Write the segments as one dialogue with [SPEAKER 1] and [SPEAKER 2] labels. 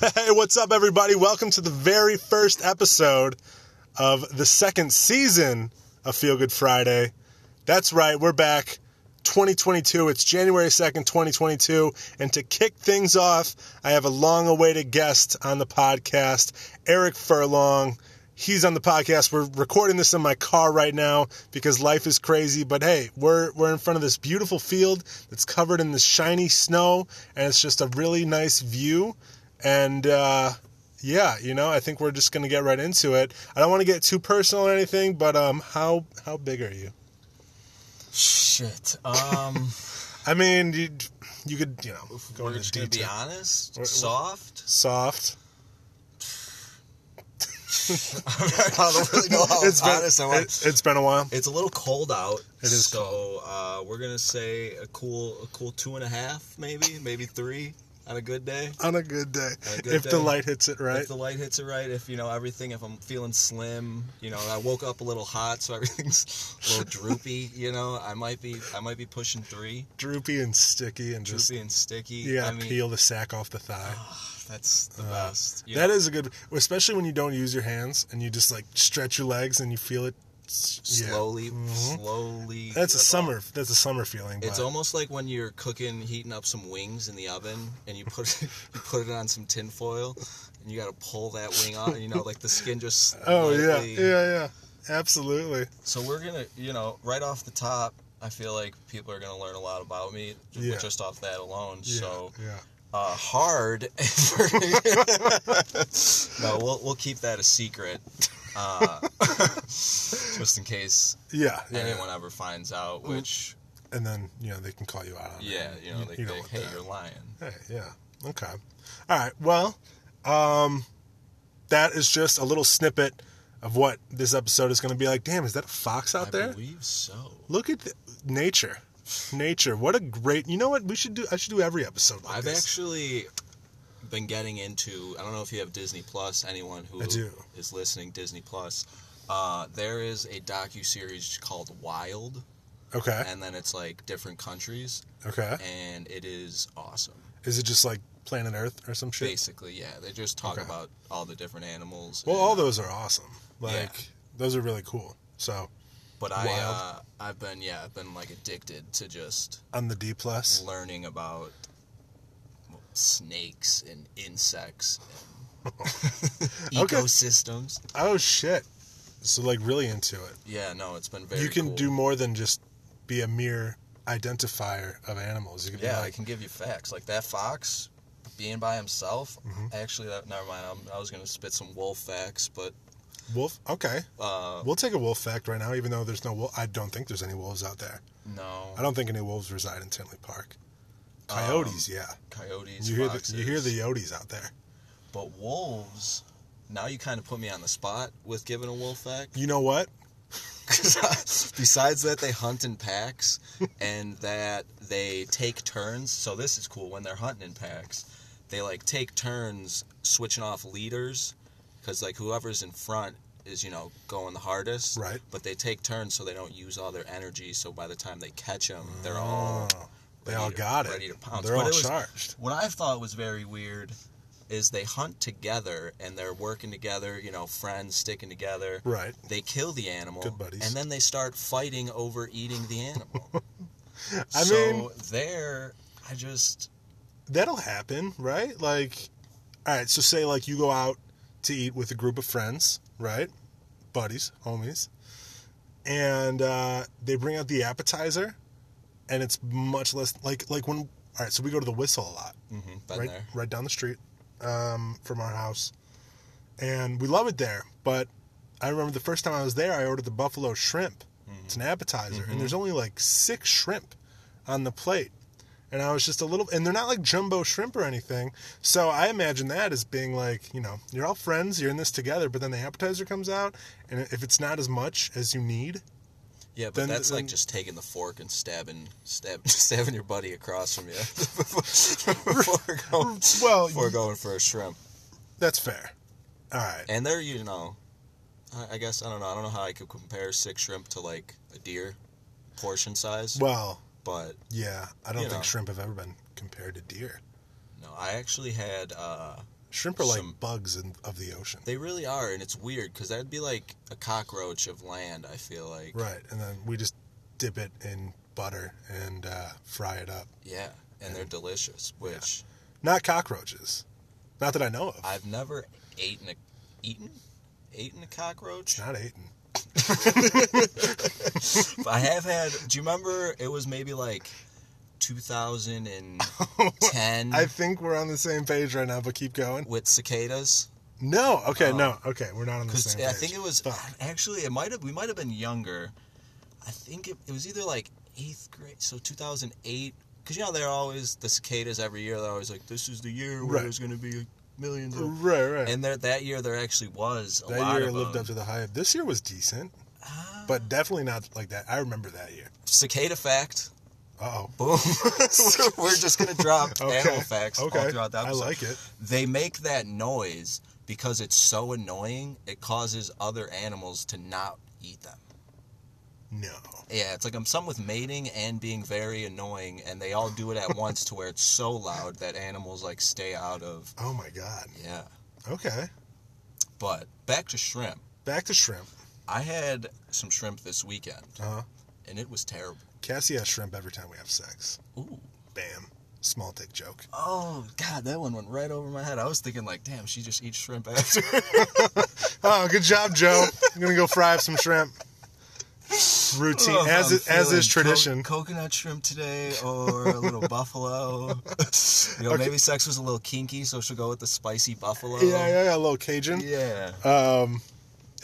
[SPEAKER 1] Hey, what's up, everybody? Welcome to the very first episode of the second season of Feel Good Friday. That's right, we're back 2022. It's January 2nd, 2022. And to kick things off, I have a long awaited guest on the podcast, Eric Furlong. He's on the podcast. We're recording this in my car right now because life is crazy. But hey, we're, we're in front of this beautiful field that's covered in the shiny snow, and it's just a really nice view and uh, yeah, you know, I think we're just gonna get right into it. I don't want to get too personal or anything, but um, how how big are you?
[SPEAKER 2] Shit. Um,
[SPEAKER 1] I mean, you you could you know go
[SPEAKER 2] we're
[SPEAKER 1] into
[SPEAKER 2] just gonna be
[SPEAKER 1] detail.
[SPEAKER 2] honest.
[SPEAKER 1] We're- we're-
[SPEAKER 2] soft.
[SPEAKER 1] Soft.
[SPEAKER 2] I don't really know how
[SPEAKER 1] It's been
[SPEAKER 2] honest I want.
[SPEAKER 1] it, has been a while.
[SPEAKER 2] it's a little cold out.
[SPEAKER 1] It is
[SPEAKER 2] So Uh, we're gonna say a cool, a cool two and a half, maybe, maybe three on a good day.
[SPEAKER 1] On a good day,
[SPEAKER 2] On a good
[SPEAKER 1] if the
[SPEAKER 2] day.
[SPEAKER 1] light hits it right.
[SPEAKER 2] If the light hits it right, if you know everything, if I'm feeling slim, you know, I woke up a little hot, so everything's a little droopy. You know, I might be, I might be pushing three,
[SPEAKER 1] droopy and sticky and just
[SPEAKER 2] droopy and sticky.
[SPEAKER 1] yeah,
[SPEAKER 2] I mean, Ah,
[SPEAKER 1] peel the sack off the thigh.
[SPEAKER 2] that's the best. you
[SPEAKER 1] That
[SPEAKER 2] know,
[SPEAKER 1] is a good, especially when you don't use your hands and you just like stretch your legs and you feel it. s- yeah. Mm-hmm.
[SPEAKER 2] slowly, slowly.
[SPEAKER 1] That's a summer.
[SPEAKER 2] evolve.
[SPEAKER 1] That's a summer feeling.
[SPEAKER 2] It's
[SPEAKER 1] but-
[SPEAKER 2] almost like when you're cooking, heating up some wings in the oven, and you put you put it on some tin foil, and you got to pull that wing off. You know, like the skin just.
[SPEAKER 1] Oh yeah,
[SPEAKER 2] lightly-
[SPEAKER 1] yeah, yeah, absolutely.
[SPEAKER 2] So we're gonna, you know, right off the top, I feel like people are gonna learn a lot about me ju-
[SPEAKER 1] Yeah.
[SPEAKER 2] just off that alone.
[SPEAKER 1] Yeah,
[SPEAKER 2] So
[SPEAKER 1] yeah,
[SPEAKER 2] uh, hard. no, we'll we'll keep that a secret, uh, just in case
[SPEAKER 1] yeah, yeah.
[SPEAKER 2] anyone ever finds out. Which,
[SPEAKER 1] And then you know they can call you out on
[SPEAKER 2] yeah,
[SPEAKER 1] it.
[SPEAKER 2] you know, they
[SPEAKER 1] you
[SPEAKER 2] think,
[SPEAKER 1] want
[SPEAKER 2] hey,
[SPEAKER 1] that.
[SPEAKER 2] you're lying.
[SPEAKER 1] Hey, yeah. Okay. All right. Well, um, that is just a little snippet of what this episode is going to be like. Damn, is that a fox out
[SPEAKER 2] I
[SPEAKER 1] there?
[SPEAKER 2] believe so.
[SPEAKER 1] Look at the, nature. Nature. What a great. You know what? We should do. I should do every episode. Like
[SPEAKER 2] I've
[SPEAKER 1] this.
[SPEAKER 2] actually been getting into. I don't know if you have Disney Plus. Anyone who
[SPEAKER 1] I
[SPEAKER 2] is
[SPEAKER 1] do.
[SPEAKER 2] listening, Disney Plus. Uh, there is a docu series called Wild,
[SPEAKER 1] Okay.
[SPEAKER 2] and then it's like different countries,
[SPEAKER 1] Okay.
[SPEAKER 2] and it is awesome.
[SPEAKER 1] Is it just like Planet Earth or some shit?
[SPEAKER 2] Basically, yeah, they just talk
[SPEAKER 1] Okay.
[SPEAKER 2] about all the different animals.
[SPEAKER 1] Well,
[SPEAKER 2] and-
[SPEAKER 1] all those are awesome. Like
[SPEAKER 2] Yeah.
[SPEAKER 1] those are really cool. So
[SPEAKER 2] But I,
[SPEAKER 1] Wild.
[SPEAKER 2] uh, I've been yeah, I've been like addicted to just
[SPEAKER 1] on the D plus.
[SPEAKER 2] learning about snakes and insects, and
[SPEAKER 1] Okay.
[SPEAKER 2] ecosystems.
[SPEAKER 1] Oh shit! So like really into it.
[SPEAKER 2] Yeah, no, it's been very.
[SPEAKER 1] you can
[SPEAKER 2] cool.
[SPEAKER 1] do more than just be a mere identifier of animals. You can
[SPEAKER 2] Yeah,
[SPEAKER 1] be
[SPEAKER 2] I
[SPEAKER 1] like,
[SPEAKER 2] can give you facts like that fox being by himself.
[SPEAKER 1] Mm-hmm.
[SPEAKER 2] Actually, that, never mind. I'm, I was gonna spit some wolf facts, but
[SPEAKER 1] wolf. Okay,
[SPEAKER 2] uh,
[SPEAKER 1] we'll take a wolf fact right now, even though there's no wolf. I don't think there's any wolves out there.
[SPEAKER 2] no. Um,
[SPEAKER 1] I don't think any wolves reside in Tinley Park. Coyotes, yeah.
[SPEAKER 2] Coyotes.
[SPEAKER 1] You hear the
[SPEAKER 2] Um, foxes,
[SPEAKER 1] you hear the yotes out there.
[SPEAKER 2] But wolves. Now you kind of put me on the spot with giving a wolf fact.
[SPEAKER 1] You know what?
[SPEAKER 2] 'Cause I- besides that, they hunt in packs, and that they take turns. So this is cool when they're hunting in packs. They like take turns switching off leaders, because like whoever's in front is you know going the hardest.
[SPEAKER 1] Right.
[SPEAKER 2] But they take turns so they don't use all their energy. So by the time they catch them, they're all
[SPEAKER 1] Oh, they all
[SPEAKER 2] ready to-
[SPEAKER 1] got it.
[SPEAKER 2] ready to pounce.
[SPEAKER 1] They're
[SPEAKER 2] But
[SPEAKER 1] all
[SPEAKER 2] it was-
[SPEAKER 1] charged.
[SPEAKER 2] what I thought was very weird is they hunt together and they're working together, you know, friends sticking together.
[SPEAKER 1] Right.
[SPEAKER 2] They kill the animal.
[SPEAKER 1] Good buddies.
[SPEAKER 2] And then they start fighting over eating the animal.
[SPEAKER 1] I
[SPEAKER 2] so
[SPEAKER 1] mean-
[SPEAKER 2] there, I just.
[SPEAKER 1] that'll happen, right? Like, all right, so say like you go out to eat with a group of friends, right? Buddies, homies, and uh, they bring out the appetizer, and it's much less like like when all right, so we go to the Whistle a lot,
[SPEAKER 2] Mm-hmm, been
[SPEAKER 1] right,
[SPEAKER 2] there.
[SPEAKER 1] right down the street um, from our house, and we love it there. But I remember the first time I was there, I ordered the buffalo shrimp. It's
[SPEAKER 2] Mm-hmm.
[SPEAKER 1] an appetizer, and there's only like six shrimp on the plate, and I was just a little. And they're not like jumbo shrimp or anything, so I imagine that as being like you know you're all friends, you're in this together, but then the appetizer comes out, and if it's not as much as you need,
[SPEAKER 2] Yeah, but
[SPEAKER 1] Then-
[SPEAKER 2] that's
[SPEAKER 1] then-
[SPEAKER 2] like just taking the fork and stabbing, stab, stabbing your buddy across from you before, going,
[SPEAKER 1] Well,
[SPEAKER 2] before
[SPEAKER 1] you-
[SPEAKER 2] going for a shrimp.
[SPEAKER 1] that's fair. All right,
[SPEAKER 2] And they're, you know, I, I guess I don't know. I don't know how I could compare six shrimp to like a deer portion size,
[SPEAKER 1] well,
[SPEAKER 2] but
[SPEAKER 1] yeah, I don't
[SPEAKER 2] You
[SPEAKER 1] think
[SPEAKER 2] know.
[SPEAKER 1] shrimp have ever been compared to deer.
[SPEAKER 2] No, I actually had. Uh,
[SPEAKER 1] Shrimp are like
[SPEAKER 2] Some-
[SPEAKER 1] bugs in, of the ocean.
[SPEAKER 2] they really are, and it's weird because that'd be like a cockroach of land. I feel like.
[SPEAKER 1] Right, and then we just dip it in butter and uh, fry it up.
[SPEAKER 2] Yeah, and they're delicious. Which
[SPEAKER 1] Not cockroaches, not that I know of.
[SPEAKER 2] I've never eaten a eaten eaten a cockroach.
[SPEAKER 1] not eaten.
[SPEAKER 2] But I have had. Do you remember? It was maybe like 2010
[SPEAKER 1] I think we're on the same page right now, but keep going.
[SPEAKER 2] with cicadas.
[SPEAKER 1] No, okay,
[SPEAKER 2] Oh.
[SPEAKER 1] no, okay, we're not on the
[SPEAKER 2] Because
[SPEAKER 1] same page.
[SPEAKER 2] I think it was
[SPEAKER 1] Fuck.
[SPEAKER 2] actually it might have we might have been younger. I think it, it was either like eighth grade, so 2008. Because you know they're always the cicadas every year. They're always like, "This is the year where
[SPEAKER 1] Right.
[SPEAKER 2] there's going to be millions of."
[SPEAKER 1] Right, right.
[SPEAKER 2] And there, that year there actually was a
[SPEAKER 1] that
[SPEAKER 2] lot
[SPEAKER 1] year
[SPEAKER 2] of
[SPEAKER 1] lived
[SPEAKER 2] them.
[SPEAKER 1] up to the hype. This year was decent,
[SPEAKER 2] Ah.
[SPEAKER 1] but definitely not like that. I remember that year.
[SPEAKER 2] cicada fact.
[SPEAKER 1] Uh oh.
[SPEAKER 2] Boom. we're, we're just gonna drop
[SPEAKER 1] Okay.
[SPEAKER 2] Uh, animal facts all
[SPEAKER 1] Okay.
[SPEAKER 2] throughout the
[SPEAKER 1] I
[SPEAKER 2] episode.
[SPEAKER 1] like it.
[SPEAKER 2] They make that noise because it's so annoying. It causes other animals to not eat them.
[SPEAKER 1] No.
[SPEAKER 2] Yeah, it's like I'm some with mating and being very annoying, and they all do it at once to where it's so loud that animals like stay out of.
[SPEAKER 1] Oh my god.
[SPEAKER 2] Yeah,
[SPEAKER 1] Okay.
[SPEAKER 2] but back to shrimp.
[SPEAKER 1] Back to shrimp.
[SPEAKER 2] I had some shrimp this weekend,
[SPEAKER 1] Uh huh.
[SPEAKER 2] and it was terrible.
[SPEAKER 1] Cassie has shrimp every time we have sex.
[SPEAKER 2] Ooh.
[SPEAKER 1] Bam. Small dick joke.
[SPEAKER 2] Oh God, that one went right over my head. I was thinking like, damn, she just eats shrimp after.
[SPEAKER 1] Oh, good job, Joe. I'm gonna go fry up some shrimp. Routine,
[SPEAKER 2] Oh, if
[SPEAKER 1] as
[SPEAKER 2] I'm
[SPEAKER 1] is, as
[SPEAKER 2] feeling
[SPEAKER 1] is tradition.
[SPEAKER 2] co- coconut shrimp today, or a little buffalo. you know, maybe sex was a little kinky, so she'll go with the spicy buffalo.
[SPEAKER 1] yeah, yeah, yeah, Uh, a little Cajun.
[SPEAKER 2] Yeah.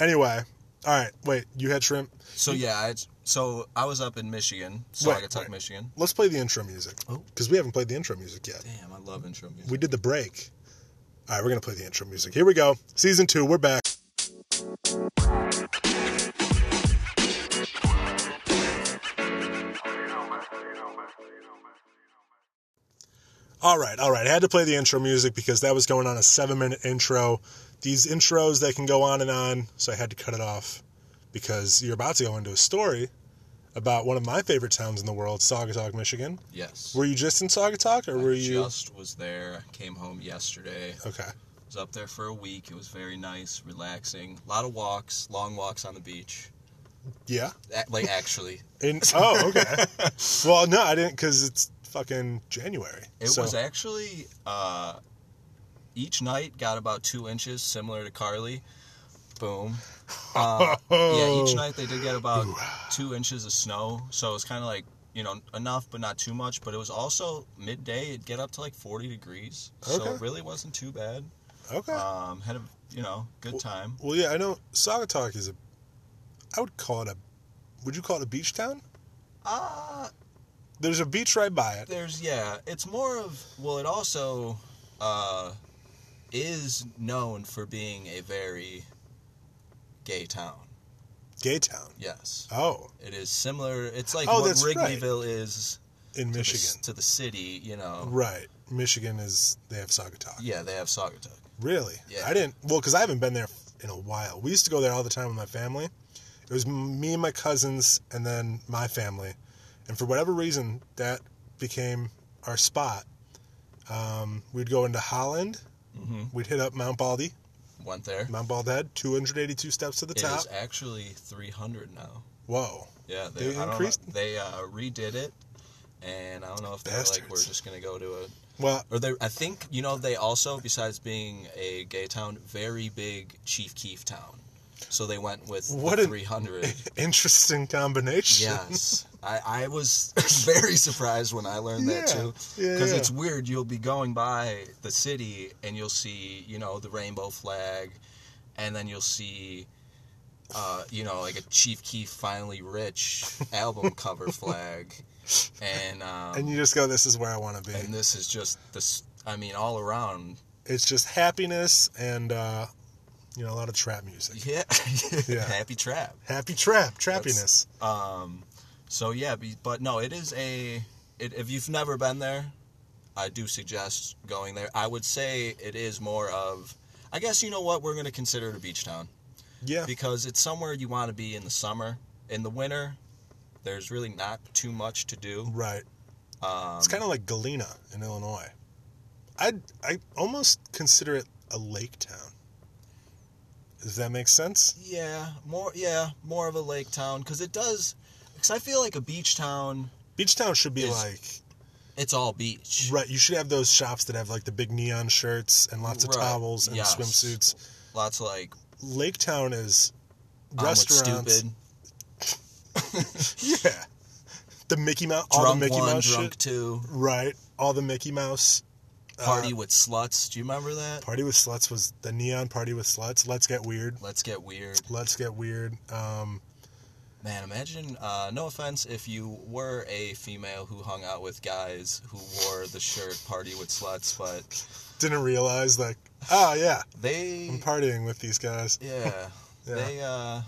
[SPEAKER 1] Anyway, all right. Wait, you had shrimp.
[SPEAKER 2] so yeah, I, so I was up in Michigan,
[SPEAKER 1] Wait,
[SPEAKER 2] Saugatuck,
[SPEAKER 1] wait.
[SPEAKER 2] Michigan.
[SPEAKER 1] Let's play the intro music
[SPEAKER 2] Oh.
[SPEAKER 1] because we haven't played the intro music yet.
[SPEAKER 2] Damn, I love intro music.
[SPEAKER 1] We did the break. All right, we're gonna play the intro music. Here we go. Season two. We're back. All right, all right. I had to play the intro music because that was going on a seven-minute intro. These intros they can go on and on, so I had to cut it off because you're about to go into a story about one of my favorite towns in the world, Saugatuck, Michigan.
[SPEAKER 2] yes.
[SPEAKER 1] Were you just in Saugatuck, or were you?
[SPEAKER 2] Just was there. Came home yesterday.
[SPEAKER 1] Okay.
[SPEAKER 2] Was up there for a week. It was very nice, relaxing. A lot of walks, long walks on the beach.
[SPEAKER 1] Yeah.
[SPEAKER 2] A- Like actually,
[SPEAKER 1] In, oh, okay. well, no, I didn't because it's fucking January.
[SPEAKER 2] It
[SPEAKER 1] so,
[SPEAKER 2] was actually uh, each night got about two inches, similar to Carly. Boom. Uh, yeah,
[SPEAKER 1] Oh.
[SPEAKER 2] each night they did get about two inches of snow, so it was kind of like you know enough, but not too much. But it was also midday; it'd get up to like forty degrees, so it
[SPEAKER 1] Okay.
[SPEAKER 2] really wasn't too bad.
[SPEAKER 1] Okay.
[SPEAKER 2] Um, had a you know good time.
[SPEAKER 1] well, yeah, I know Saugatuck is a. I would call it a. Would you call it a beach town?
[SPEAKER 2] Uh,
[SPEAKER 1] There's a beach right by it.
[SPEAKER 2] there's yeah it's more of well it also uh is known for being a very gay town
[SPEAKER 1] Gay town.
[SPEAKER 2] yes
[SPEAKER 1] Oh,
[SPEAKER 2] it is similar it's like
[SPEAKER 1] Oh,
[SPEAKER 2] what
[SPEAKER 1] that's right.
[SPEAKER 2] wrigleyville is
[SPEAKER 1] in
[SPEAKER 2] to the,
[SPEAKER 1] Michigan.
[SPEAKER 2] s- to the city you know
[SPEAKER 1] Right. Michigan is. They have Saugatuck.
[SPEAKER 2] yeah they have saugatuck
[SPEAKER 1] Really?
[SPEAKER 2] Yeah.
[SPEAKER 1] I didn't. Well, because I haven't been there in a while. We used to go there all the time with my family. It was m- me and my cousins, and then my family. And for whatever reason, that became our spot. Um, we'd go into Holland.
[SPEAKER 2] hmm
[SPEAKER 1] We'd hit up Mount Baldy,
[SPEAKER 2] went there
[SPEAKER 1] Mount Bald Head, 282 steps to the
[SPEAKER 2] it
[SPEAKER 1] top.
[SPEAKER 2] is actually 300 now
[SPEAKER 1] Whoa.
[SPEAKER 2] yeah
[SPEAKER 1] They
[SPEAKER 2] I don't know-
[SPEAKER 1] increased?
[SPEAKER 2] they uh redid it and i don't know if they're like we're
[SPEAKER 1] Bastards.
[SPEAKER 2] just gonna go to a
[SPEAKER 1] Well,
[SPEAKER 2] Or they, I think you know they also, besides being a gay town, very big Chief Keef town. So they went with
[SPEAKER 1] What
[SPEAKER 2] the
[SPEAKER 1] an-
[SPEAKER 2] 300.
[SPEAKER 1] interesting combination.
[SPEAKER 2] yes, I, I was very surprised when I learned
[SPEAKER 1] Yeah,
[SPEAKER 2] that too,
[SPEAKER 1] yeah,
[SPEAKER 2] because
[SPEAKER 1] yeah.
[SPEAKER 2] it's weird. You'll be going by the city and you'll see you know the rainbow flag, and then you'll see. Uh, you know, like a Chief Keef finally rich album cover flag, and um,
[SPEAKER 1] And you just go, this is where I want to be.
[SPEAKER 2] and this is just this. I mean, all around
[SPEAKER 1] It's just happiness and, uh, you know, a lot of trap music.
[SPEAKER 2] Yeah.
[SPEAKER 1] Yeah.
[SPEAKER 2] Happy trap.
[SPEAKER 1] Happy trap, trappiness.
[SPEAKER 2] Um, so yeah, be- but no, it is a. It, if you've never been there, I do suggest going there. I would say it is more of. I guess you know what we're gonna consider it a beach town
[SPEAKER 1] Yeah.
[SPEAKER 2] because it's somewhere you want to be in the summer. In the winter, there's really not too much to do.
[SPEAKER 1] Right.
[SPEAKER 2] Um,
[SPEAKER 1] It's kind of like Galena in Illinois. I I almost consider it a lake town. Does that make sense?
[SPEAKER 2] Yeah, more yeah, more of a lake town because it does. Because I feel like a beach town,
[SPEAKER 1] Beach town should be
[SPEAKER 2] Yes.
[SPEAKER 1] like
[SPEAKER 2] it's all beach,
[SPEAKER 1] right. You should have those shops that have like the big neon shirts and lots of
[SPEAKER 2] Right,
[SPEAKER 1] towels and
[SPEAKER 2] yes.
[SPEAKER 1] swimsuits.
[SPEAKER 2] Lots of like
[SPEAKER 1] Lake town is
[SPEAKER 2] I'm with
[SPEAKER 1] restaurants.
[SPEAKER 2] stupid,
[SPEAKER 1] Yeah, the Mickey Mouse, all the
[SPEAKER 2] drunk
[SPEAKER 1] Mickey
[SPEAKER 2] one,
[SPEAKER 1] Mouse
[SPEAKER 2] drunk
[SPEAKER 1] shit.
[SPEAKER 2] two,
[SPEAKER 1] Right, all the Mickey Mouse. uh,
[SPEAKER 2] party with sluts. Do you remember that?
[SPEAKER 1] Party with Sluts was the neon party with Sluts. Let's get weird.
[SPEAKER 2] Let's get weird,
[SPEAKER 1] Let's get weird. Um,
[SPEAKER 2] man. Imagine, uh, no offense, if you were a female who hung out with guys who wore the shirt "Party with Sluts," but
[SPEAKER 1] didn't realize like, oh yeah,
[SPEAKER 2] they,
[SPEAKER 1] I'm partying with these guys.
[SPEAKER 2] yeah,
[SPEAKER 1] Yeah.
[SPEAKER 2] they, uh,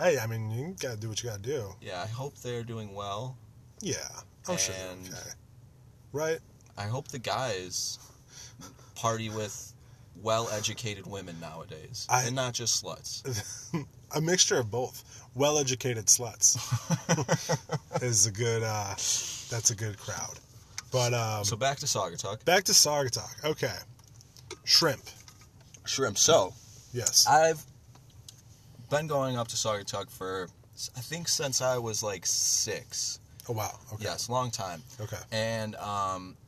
[SPEAKER 1] Hey, I mean, you gotta do what you gotta do.
[SPEAKER 2] yeah. I hope they're doing well.
[SPEAKER 1] Yeah, I'm sure they're
[SPEAKER 2] And-
[SPEAKER 1] okay. Right?
[SPEAKER 2] I hope the guys party with well-educated women nowadays,
[SPEAKER 1] I-
[SPEAKER 2] and not just sluts.
[SPEAKER 1] A mixture of both. Well-educated sluts is a good. Uh, that's a good crowd. But um,
[SPEAKER 2] So back to Saugatuck.
[SPEAKER 1] back to Saugatuck. Okay, shrimp.
[SPEAKER 2] Shrimp. So
[SPEAKER 1] Yes.
[SPEAKER 2] I've been going up to Saugatuck for I think since I was like six.
[SPEAKER 1] oh wow. Okay.
[SPEAKER 2] Yes, long time.
[SPEAKER 1] Okay.
[SPEAKER 2] And um,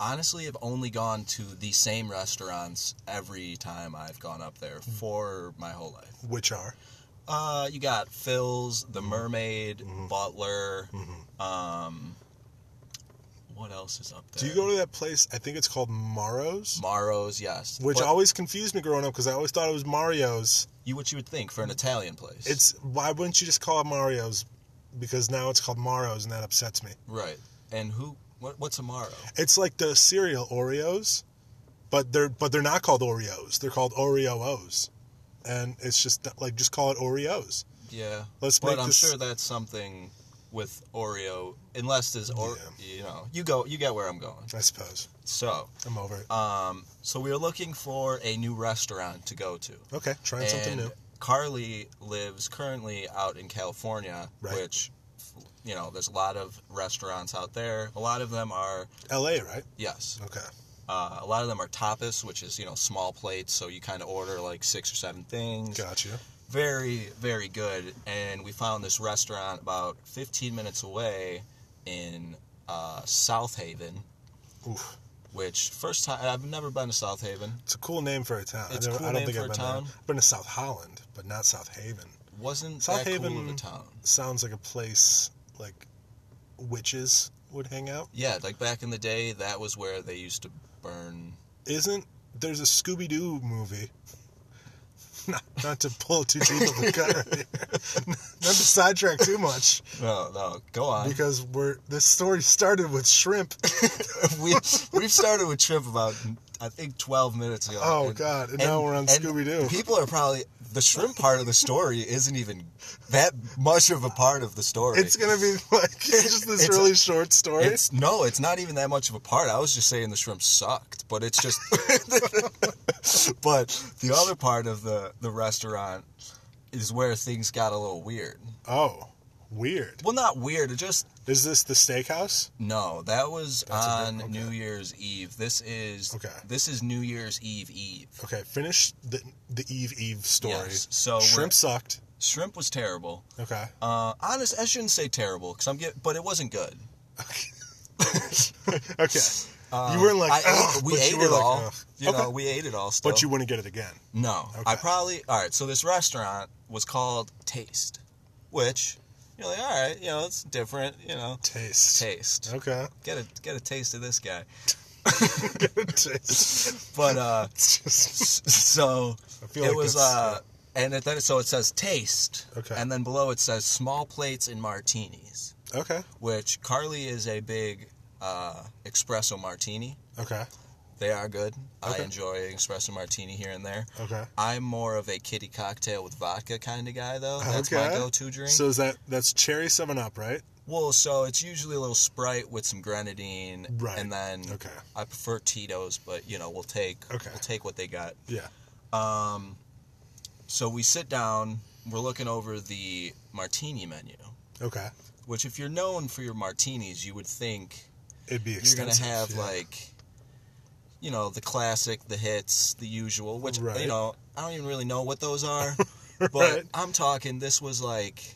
[SPEAKER 2] honestly, I've only gone to the same restaurants every time I've gone up there
[SPEAKER 1] Hmm.
[SPEAKER 2] for my whole life.
[SPEAKER 1] Which are?
[SPEAKER 2] Uh, you got Phil's,
[SPEAKER 1] Hmm.
[SPEAKER 2] The Mermaid, Butler.
[SPEAKER 1] Mm-hmm.
[SPEAKER 2] Um, what else is up
[SPEAKER 1] Do
[SPEAKER 2] there?
[SPEAKER 1] you go to that place? I think it's called Maro's,
[SPEAKER 2] Maro's? Yes.
[SPEAKER 1] which
[SPEAKER 2] But
[SPEAKER 1] always confused me growing up because I always thought it was Mario's.
[SPEAKER 2] you what you would think for an Italian place?
[SPEAKER 1] It's why wouldn't you just call it Mario's? Because now it's called Maro's, and that upsets me.
[SPEAKER 2] right. And who? What, what's a Maro?
[SPEAKER 1] It's like the cereal Oreos, but they're but they're not called Oreos. They're called Oreo O's, and it's just not- like just call it Oreos.
[SPEAKER 2] Yeah.
[SPEAKER 1] Let's
[SPEAKER 2] but
[SPEAKER 1] make
[SPEAKER 2] I'm
[SPEAKER 1] this-
[SPEAKER 2] sure that's something with Oreo, unless there's or
[SPEAKER 1] Yeah.
[SPEAKER 2] you know you go you get where I'm going.
[SPEAKER 1] I suppose
[SPEAKER 2] So,
[SPEAKER 1] I'm over it.
[SPEAKER 2] um, so we are looking for a new restaurant to go to.
[SPEAKER 1] Okay, trying something
[SPEAKER 2] and
[SPEAKER 1] new.
[SPEAKER 2] Carly lives currently out in California,
[SPEAKER 1] Right.
[SPEAKER 2] which you know, there's a lot of restaurants out there. A lot of them are
[SPEAKER 1] L.A. Right?
[SPEAKER 2] yes,
[SPEAKER 1] Okay.
[SPEAKER 2] uh, a lot of them are tapas, which is you know small plates, so you kind of order like six or seven things.
[SPEAKER 1] Gotcha.
[SPEAKER 2] Very very good, and we found this restaurant about 15 minutes away in uh, South Haven.
[SPEAKER 1] Oof.
[SPEAKER 2] Which first time I've never been to South Haven.
[SPEAKER 1] It's a cool name for a town.
[SPEAKER 2] It's
[SPEAKER 1] I,
[SPEAKER 2] a
[SPEAKER 1] never,
[SPEAKER 2] cool
[SPEAKER 1] I don't
[SPEAKER 2] name
[SPEAKER 1] think
[SPEAKER 2] for
[SPEAKER 1] I've
[SPEAKER 2] a
[SPEAKER 1] been
[SPEAKER 2] town.
[SPEAKER 1] there. I've been to South Holland, but not South Haven.
[SPEAKER 2] Wasn't
[SPEAKER 1] South
[SPEAKER 2] that cool of a
[SPEAKER 1] Haven-
[SPEAKER 2] town?
[SPEAKER 1] sounds like a place like witches would hang out.
[SPEAKER 2] Yeah, like back in the day, that was where they used to burn.
[SPEAKER 1] Isn't there's a Scooby Doo movie? Not, not to pull too deep of a cut, right here. not to sidetrack too much,
[SPEAKER 2] No, no, go on.
[SPEAKER 1] because we're this story started with shrimp.
[SPEAKER 2] we we've started with Trip about I think twelve minutes ago.
[SPEAKER 1] Oh
[SPEAKER 2] And-
[SPEAKER 1] God! And, now
[SPEAKER 2] and-
[SPEAKER 1] we're on
[SPEAKER 2] and
[SPEAKER 1] Scooby Doo.
[SPEAKER 2] People are probably the shrimp part of the story isn't even that much of a part of the story.
[SPEAKER 1] It's gonna be like just this
[SPEAKER 2] It's a-
[SPEAKER 1] really short story.
[SPEAKER 2] It's- no, it's not even that much of a part. I was just saying the shrimp sucked, but it's just. but the other part of the the restaurant is where things got a little weird.
[SPEAKER 1] Oh, weird!
[SPEAKER 2] Well, not weird. It just
[SPEAKER 1] Is this the steakhouse?
[SPEAKER 2] No, that was
[SPEAKER 1] That's a
[SPEAKER 2] on
[SPEAKER 1] diff- okay.
[SPEAKER 2] New Year's Eve. This is
[SPEAKER 1] Okay.
[SPEAKER 2] This is New Year's Eve Eve.
[SPEAKER 1] Okay, finish the the Eve Eve story.
[SPEAKER 2] Yes, so we're-
[SPEAKER 1] shrimp sucked.
[SPEAKER 2] Shrimp was terrible.
[SPEAKER 1] Okay.
[SPEAKER 2] Uh, honest, I shouldn't say terrible because I'm get, but it wasn't good.
[SPEAKER 1] Okay.
[SPEAKER 2] Um,
[SPEAKER 1] you weren't like,
[SPEAKER 2] I
[SPEAKER 1] "Ugh,"
[SPEAKER 2] ate, we
[SPEAKER 1] but you
[SPEAKER 2] ate
[SPEAKER 1] were
[SPEAKER 2] it
[SPEAKER 1] like,
[SPEAKER 2] all.
[SPEAKER 1] "Ugh."
[SPEAKER 2] You
[SPEAKER 1] Okay.
[SPEAKER 2] know, we ate it all. Still.
[SPEAKER 1] But you wouldn't get it again.
[SPEAKER 2] no,
[SPEAKER 1] Okay.
[SPEAKER 2] I probably all right. So this restaurant was called Taste, which you're like, all right, you know, it's different. You know,
[SPEAKER 1] Taste.
[SPEAKER 2] Taste.
[SPEAKER 1] Okay.
[SPEAKER 2] Get a get a taste of this guy.
[SPEAKER 1] Taste.
[SPEAKER 2] But uh,
[SPEAKER 1] Just-
[SPEAKER 2] so
[SPEAKER 1] I feel
[SPEAKER 2] it
[SPEAKER 1] like
[SPEAKER 2] was
[SPEAKER 1] that's-
[SPEAKER 2] uh and it, then so it says taste
[SPEAKER 1] Okay.
[SPEAKER 2] and then below it says small plates and martinis
[SPEAKER 1] uh, okay.
[SPEAKER 2] which carly is a big uh espresso martini
[SPEAKER 1] Okay.
[SPEAKER 2] they are good
[SPEAKER 1] Okay.
[SPEAKER 2] i enjoy an espresso martini here and there
[SPEAKER 1] Okay.
[SPEAKER 2] i'm more of a kitty cocktail with vodka kind of guy though that's my
[SPEAKER 1] Okay.
[SPEAKER 2] go-to drink
[SPEAKER 1] So is that that's cherry seven up, right?
[SPEAKER 2] well so it's usually a little sprite with some grenadine
[SPEAKER 1] Right.
[SPEAKER 2] and then
[SPEAKER 1] Okay.
[SPEAKER 2] i prefer tito's but you know we'll take
[SPEAKER 1] Okay.
[SPEAKER 2] we'll take what they got
[SPEAKER 1] Yeah.
[SPEAKER 2] Um, so we sit down. We're looking over the martini menu,
[SPEAKER 1] Okay.
[SPEAKER 2] which, if you're known for your martinis, you would think
[SPEAKER 1] It'd be
[SPEAKER 2] you're
[SPEAKER 1] expensive.
[SPEAKER 2] gonna have
[SPEAKER 1] yeah.
[SPEAKER 2] like you know, the classic, the hits, the usual, which
[SPEAKER 1] Right.
[SPEAKER 2] you know, I don't even really know what those are. but
[SPEAKER 1] Right.
[SPEAKER 2] I'm talking this was like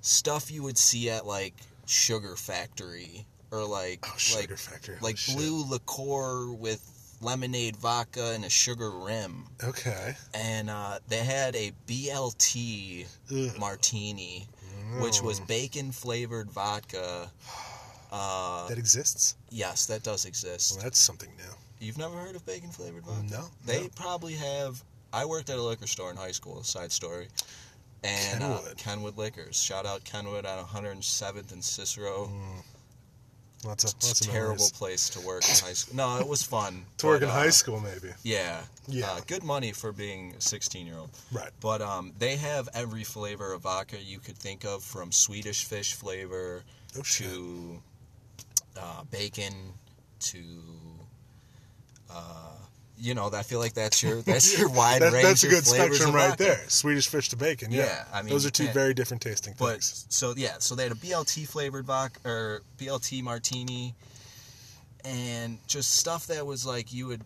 [SPEAKER 2] stuff you would see at like Sugar Factory or like
[SPEAKER 1] Oh, Sugar
[SPEAKER 2] like
[SPEAKER 1] Factory. holy
[SPEAKER 2] like
[SPEAKER 1] shit.
[SPEAKER 2] blue liqueur with lemonade vodka and a sugar rim.
[SPEAKER 1] Okay.
[SPEAKER 2] And uh, they had a BLT
[SPEAKER 1] Ugh.
[SPEAKER 2] martini, which
[SPEAKER 1] Hmm.
[SPEAKER 2] was bacon flavored vodka. Uh,
[SPEAKER 1] Oh, That exists.
[SPEAKER 2] yes, that does
[SPEAKER 1] Well,
[SPEAKER 2] exist.
[SPEAKER 1] that's something new.
[SPEAKER 2] You've never heard of bacon flavored vodka?
[SPEAKER 1] No.
[SPEAKER 2] Uh, They
[SPEAKER 1] no.
[SPEAKER 2] probably have. I worked at a liquor store in high school. Side story. And Uh,
[SPEAKER 1] Kenwood.
[SPEAKER 2] Kenwood Liquors. Shout out Kenwood on 107th and Cicero.
[SPEAKER 1] Lots of
[SPEAKER 2] It's
[SPEAKER 1] lots
[SPEAKER 2] a
[SPEAKER 1] of
[SPEAKER 2] terrible
[SPEAKER 1] Mm, memories.
[SPEAKER 2] place to work in high school. No, it was fun.
[SPEAKER 1] To work in
[SPEAKER 2] but,
[SPEAKER 1] high
[SPEAKER 2] uh,
[SPEAKER 1] school, maybe.
[SPEAKER 2] Yeah.
[SPEAKER 1] Yeah.
[SPEAKER 2] Uh, good money for being a 16 year old.
[SPEAKER 1] Right.
[SPEAKER 2] But um, they have every flavor of vodka you could think of, from Swedish fish flavor
[SPEAKER 1] Oh shit.
[SPEAKER 2] to uh, bacon to. Uh, you know, I feel like that's your that's your wide
[SPEAKER 1] That,
[SPEAKER 2] range.
[SPEAKER 1] that's a
[SPEAKER 2] of
[SPEAKER 1] good
[SPEAKER 2] flavors
[SPEAKER 1] spectrum
[SPEAKER 2] of
[SPEAKER 1] right
[SPEAKER 2] vodka.
[SPEAKER 1] there. Swedish fish to bacon. Yeah.
[SPEAKER 2] Yeah, I mean,
[SPEAKER 1] those
[SPEAKER 2] you
[SPEAKER 1] are two
[SPEAKER 2] can't-
[SPEAKER 1] very different tasting
[SPEAKER 2] But
[SPEAKER 1] things.
[SPEAKER 2] so yeah, so they had a BLT flavored vodka or BLT martini, and just stuff that was like you would.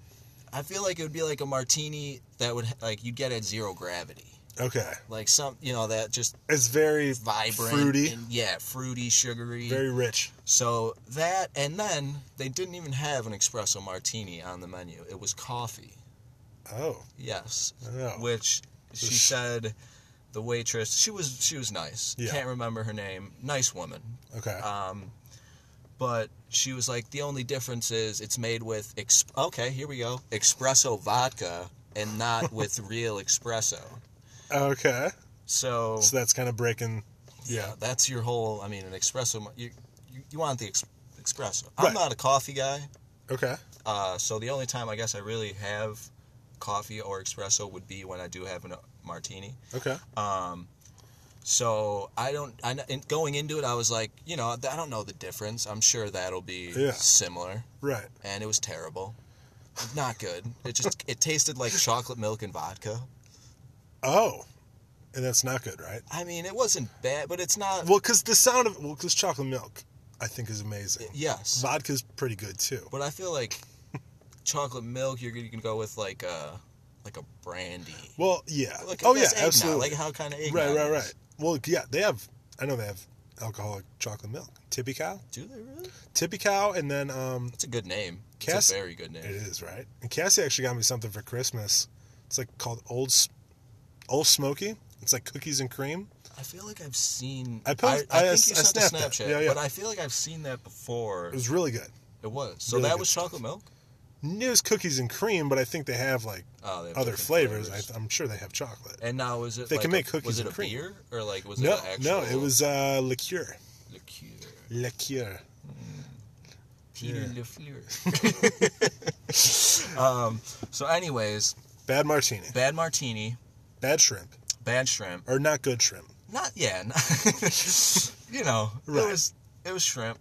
[SPEAKER 2] I feel like it would be like a martini that would like you'd get at zero gravity,
[SPEAKER 1] okay.
[SPEAKER 2] like some you know that just
[SPEAKER 1] It's very
[SPEAKER 2] vibrant,
[SPEAKER 1] fruity,
[SPEAKER 2] and, yeah, fruity, sugary.
[SPEAKER 1] very rich.
[SPEAKER 2] so that and then they didn't even have an espresso martini on the menu. It was coffee.
[SPEAKER 1] Oh.
[SPEAKER 2] Yes,
[SPEAKER 1] Oh.
[SPEAKER 2] which she
[SPEAKER 1] This-
[SPEAKER 2] said the waitress she was she was nice.
[SPEAKER 1] Yeah.
[SPEAKER 2] Can't remember her name. Nice woman,
[SPEAKER 1] Okay.
[SPEAKER 2] um, but she was like, the only difference is it's made with ex- okay, here we go, espresso vodka and not with real espresso.
[SPEAKER 1] okay.
[SPEAKER 2] So,
[SPEAKER 1] So that's kind of breaking.
[SPEAKER 2] yeah, that's your whole. I mean, an espresso. mo- You you, you want the ex- espresso?
[SPEAKER 1] Right.
[SPEAKER 2] I'm not a coffee guy,
[SPEAKER 1] Okay.
[SPEAKER 2] uh, so the only time I guess I really have coffee or espresso would be when I do have a martini.
[SPEAKER 1] Okay.
[SPEAKER 2] Um, so I don't. I kn- and going into it, I was like, you know, I don't know the difference. I'm sure that'll be
[SPEAKER 1] Yeah.
[SPEAKER 2] similar,
[SPEAKER 1] Right.
[SPEAKER 2] and it was terrible. Not good. It just it tasted like chocolate milk and vodka.
[SPEAKER 1] Oh. And that's not good, right?
[SPEAKER 2] I mean, it wasn't bad, but it's not.
[SPEAKER 1] Well, because the sound of well, because chocolate milk, I think is amazing.
[SPEAKER 2] yes,
[SPEAKER 1] Vodka's pretty good too.
[SPEAKER 2] but I feel like chocolate milk. You're gonna- you can go with like a like a brandy.
[SPEAKER 1] Well, yeah.
[SPEAKER 2] Like,
[SPEAKER 1] oh yeah,
[SPEAKER 2] that's eggnog,
[SPEAKER 1] absolutely.
[SPEAKER 2] Like how kind of
[SPEAKER 1] right,
[SPEAKER 2] eggnog
[SPEAKER 1] right,
[SPEAKER 2] is.
[SPEAKER 1] right. Well, yeah, they have. I know they have alcoholic chocolate milk. Tippy cow,
[SPEAKER 2] Do they really?
[SPEAKER 1] Tippy cow, and then um,
[SPEAKER 2] That's a good name.
[SPEAKER 1] Cass-
[SPEAKER 2] It's a very good name.
[SPEAKER 1] it is right. And Cassie actually got me something for Christmas. It's like called Old S- Old Smoky. It's like cookies and cream.
[SPEAKER 2] I feel like I've seen.
[SPEAKER 1] I post-
[SPEAKER 2] I,
[SPEAKER 1] I-
[SPEAKER 2] think
[SPEAKER 1] I
[SPEAKER 2] you sent a
[SPEAKER 1] snapped
[SPEAKER 2] Snapchat,
[SPEAKER 1] that. Yeah, yeah.
[SPEAKER 2] but I feel like I've seen that before.
[SPEAKER 1] It was really good.
[SPEAKER 2] It was. So
[SPEAKER 1] really
[SPEAKER 2] that
[SPEAKER 1] good
[SPEAKER 2] was
[SPEAKER 1] stuff.
[SPEAKER 2] chocolate milk.
[SPEAKER 1] It was cookies and cream, but I think they have like
[SPEAKER 2] Oh, they have
[SPEAKER 1] other
[SPEAKER 2] different
[SPEAKER 1] flavors. I, I'm sure they have chocolate.
[SPEAKER 2] and now is it?
[SPEAKER 1] They
[SPEAKER 2] like
[SPEAKER 1] can make
[SPEAKER 2] a,
[SPEAKER 1] cookies
[SPEAKER 2] Was it
[SPEAKER 1] and
[SPEAKER 2] a
[SPEAKER 1] cream.
[SPEAKER 2] beer or like was
[SPEAKER 1] No,
[SPEAKER 2] it an actual?
[SPEAKER 1] no, it was uh, liqueur.
[SPEAKER 2] liqueur.
[SPEAKER 1] Liqueur.
[SPEAKER 2] Peter
[SPEAKER 1] Yeah.
[SPEAKER 2] Lafleur. um. So, anyways,
[SPEAKER 1] Bad martini.
[SPEAKER 2] bad martini,
[SPEAKER 1] Bad shrimp.
[SPEAKER 2] bad shrimp.
[SPEAKER 1] Or not good shrimp.
[SPEAKER 2] Not yeah. Not, you know,
[SPEAKER 1] Right.
[SPEAKER 2] it was it was shrimp.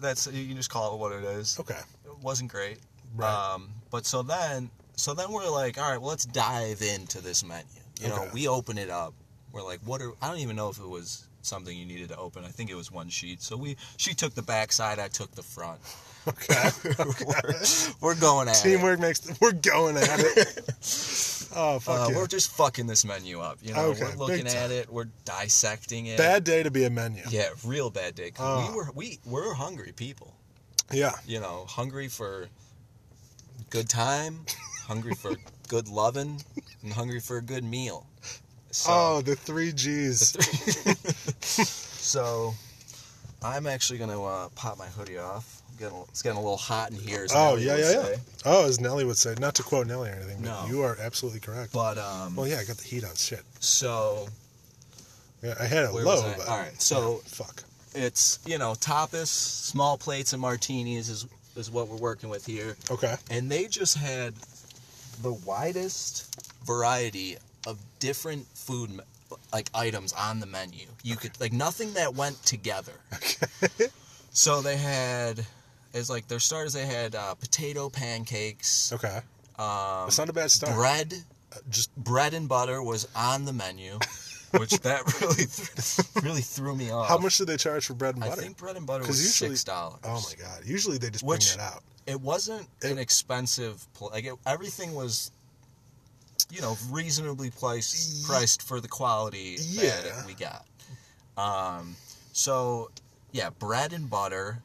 [SPEAKER 2] That's you can just call it what it is.
[SPEAKER 1] Okay.
[SPEAKER 2] It wasn't great.
[SPEAKER 1] Right.
[SPEAKER 2] Um, but so then, so then we're like, all right, well, let's dive into this menu. You know,
[SPEAKER 1] Okay.
[SPEAKER 2] we open it up. We're like, what are? I don't even know if it was something you needed to open. I think it was one sheet. So we, she took the back side, I took the front.
[SPEAKER 1] okay.
[SPEAKER 2] we're, we're going at it.
[SPEAKER 1] Teamwork makes. We're going at it. oh fuck
[SPEAKER 2] Uh,
[SPEAKER 1] yeah.
[SPEAKER 2] We're just fucking this menu up. You know,
[SPEAKER 1] Okay,
[SPEAKER 2] we're looking
[SPEAKER 1] big time.
[SPEAKER 2] at it. We're dissecting it.
[SPEAKER 1] Bad day to be a menu.
[SPEAKER 2] Yeah, real bad day. 'cause
[SPEAKER 1] Oh.
[SPEAKER 2] we were we we're hungry people.
[SPEAKER 1] Yeah.
[SPEAKER 2] You know, hungry for good time, hungry for good loving, and hungry for a good meal. So,
[SPEAKER 1] oh, the three G's.
[SPEAKER 2] so I'm actually gonna uh, pop my hoodie off. Getting, it's getting a little hot in here. as
[SPEAKER 1] oh
[SPEAKER 2] Nelly
[SPEAKER 1] yeah,
[SPEAKER 2] would
[SPEAKER 1] yeah, yeah.
[SPEAKER 2] say.
[SPEAKER 1] Oh, as Nelly would say, not to quote Nelly or anything, but
[SPEAKER 2] No.
[SPEAKER 1] you are absolutely correct.
[SPEAKER 2] But um,
[SPEAKER 1] well, yeah, I got the heat on. Shit.
[SPEAKER 2] so
[SPEAKER 1] Yeah, I had it
[SPEAKER 2] Where
[SPEAKER 1] low,
[SPEAKER 2] was I?
[SPEAKER 1] but
[SPEAKER 2] All right, so-
[SPEAKER 1] Yeah, fuck.
[SPEAKER 2] it's you know tapas, small plates, and martinis is is what we're working with here.
[SPEAKER 1] Okay.
[SPEAKER 2] and they just had the widest variety of different food me- like items on the menu. You could like nothing that went together. so they had as like their starters they had uh, potato pancakes,
[SPEAKER 1] Okay.
[SPEAKER 2] um,
[SPEAKER 1] That's not a bad start. Uh,
[SPEAKER 2] bread
[SPEAKER 1] Just
[SPEAKER 2] bread and butter was on the menu, which that really th- really threw me off.
[SPEAKER 1] how much do they charge for bread and
[SPEAKER 2] I
[SPEAKER 1] butter?
[SPEAKER 2] think bread and butter was
[SPEAKER 1] usually,
[SPEAKER 2] six dollars.
[SPEAKER 1] oh my god, usually they just
[SPEAKER 2] Which-
[SPEAKER 1] bring that out.
[SPEAKER 2] it wasn't an expensive pl- like it, everything was you know reasonably priced priced for the quality
[SPEAKER 1] Yeah.
[SPEAKER 2] that we got um so yeah bread and butter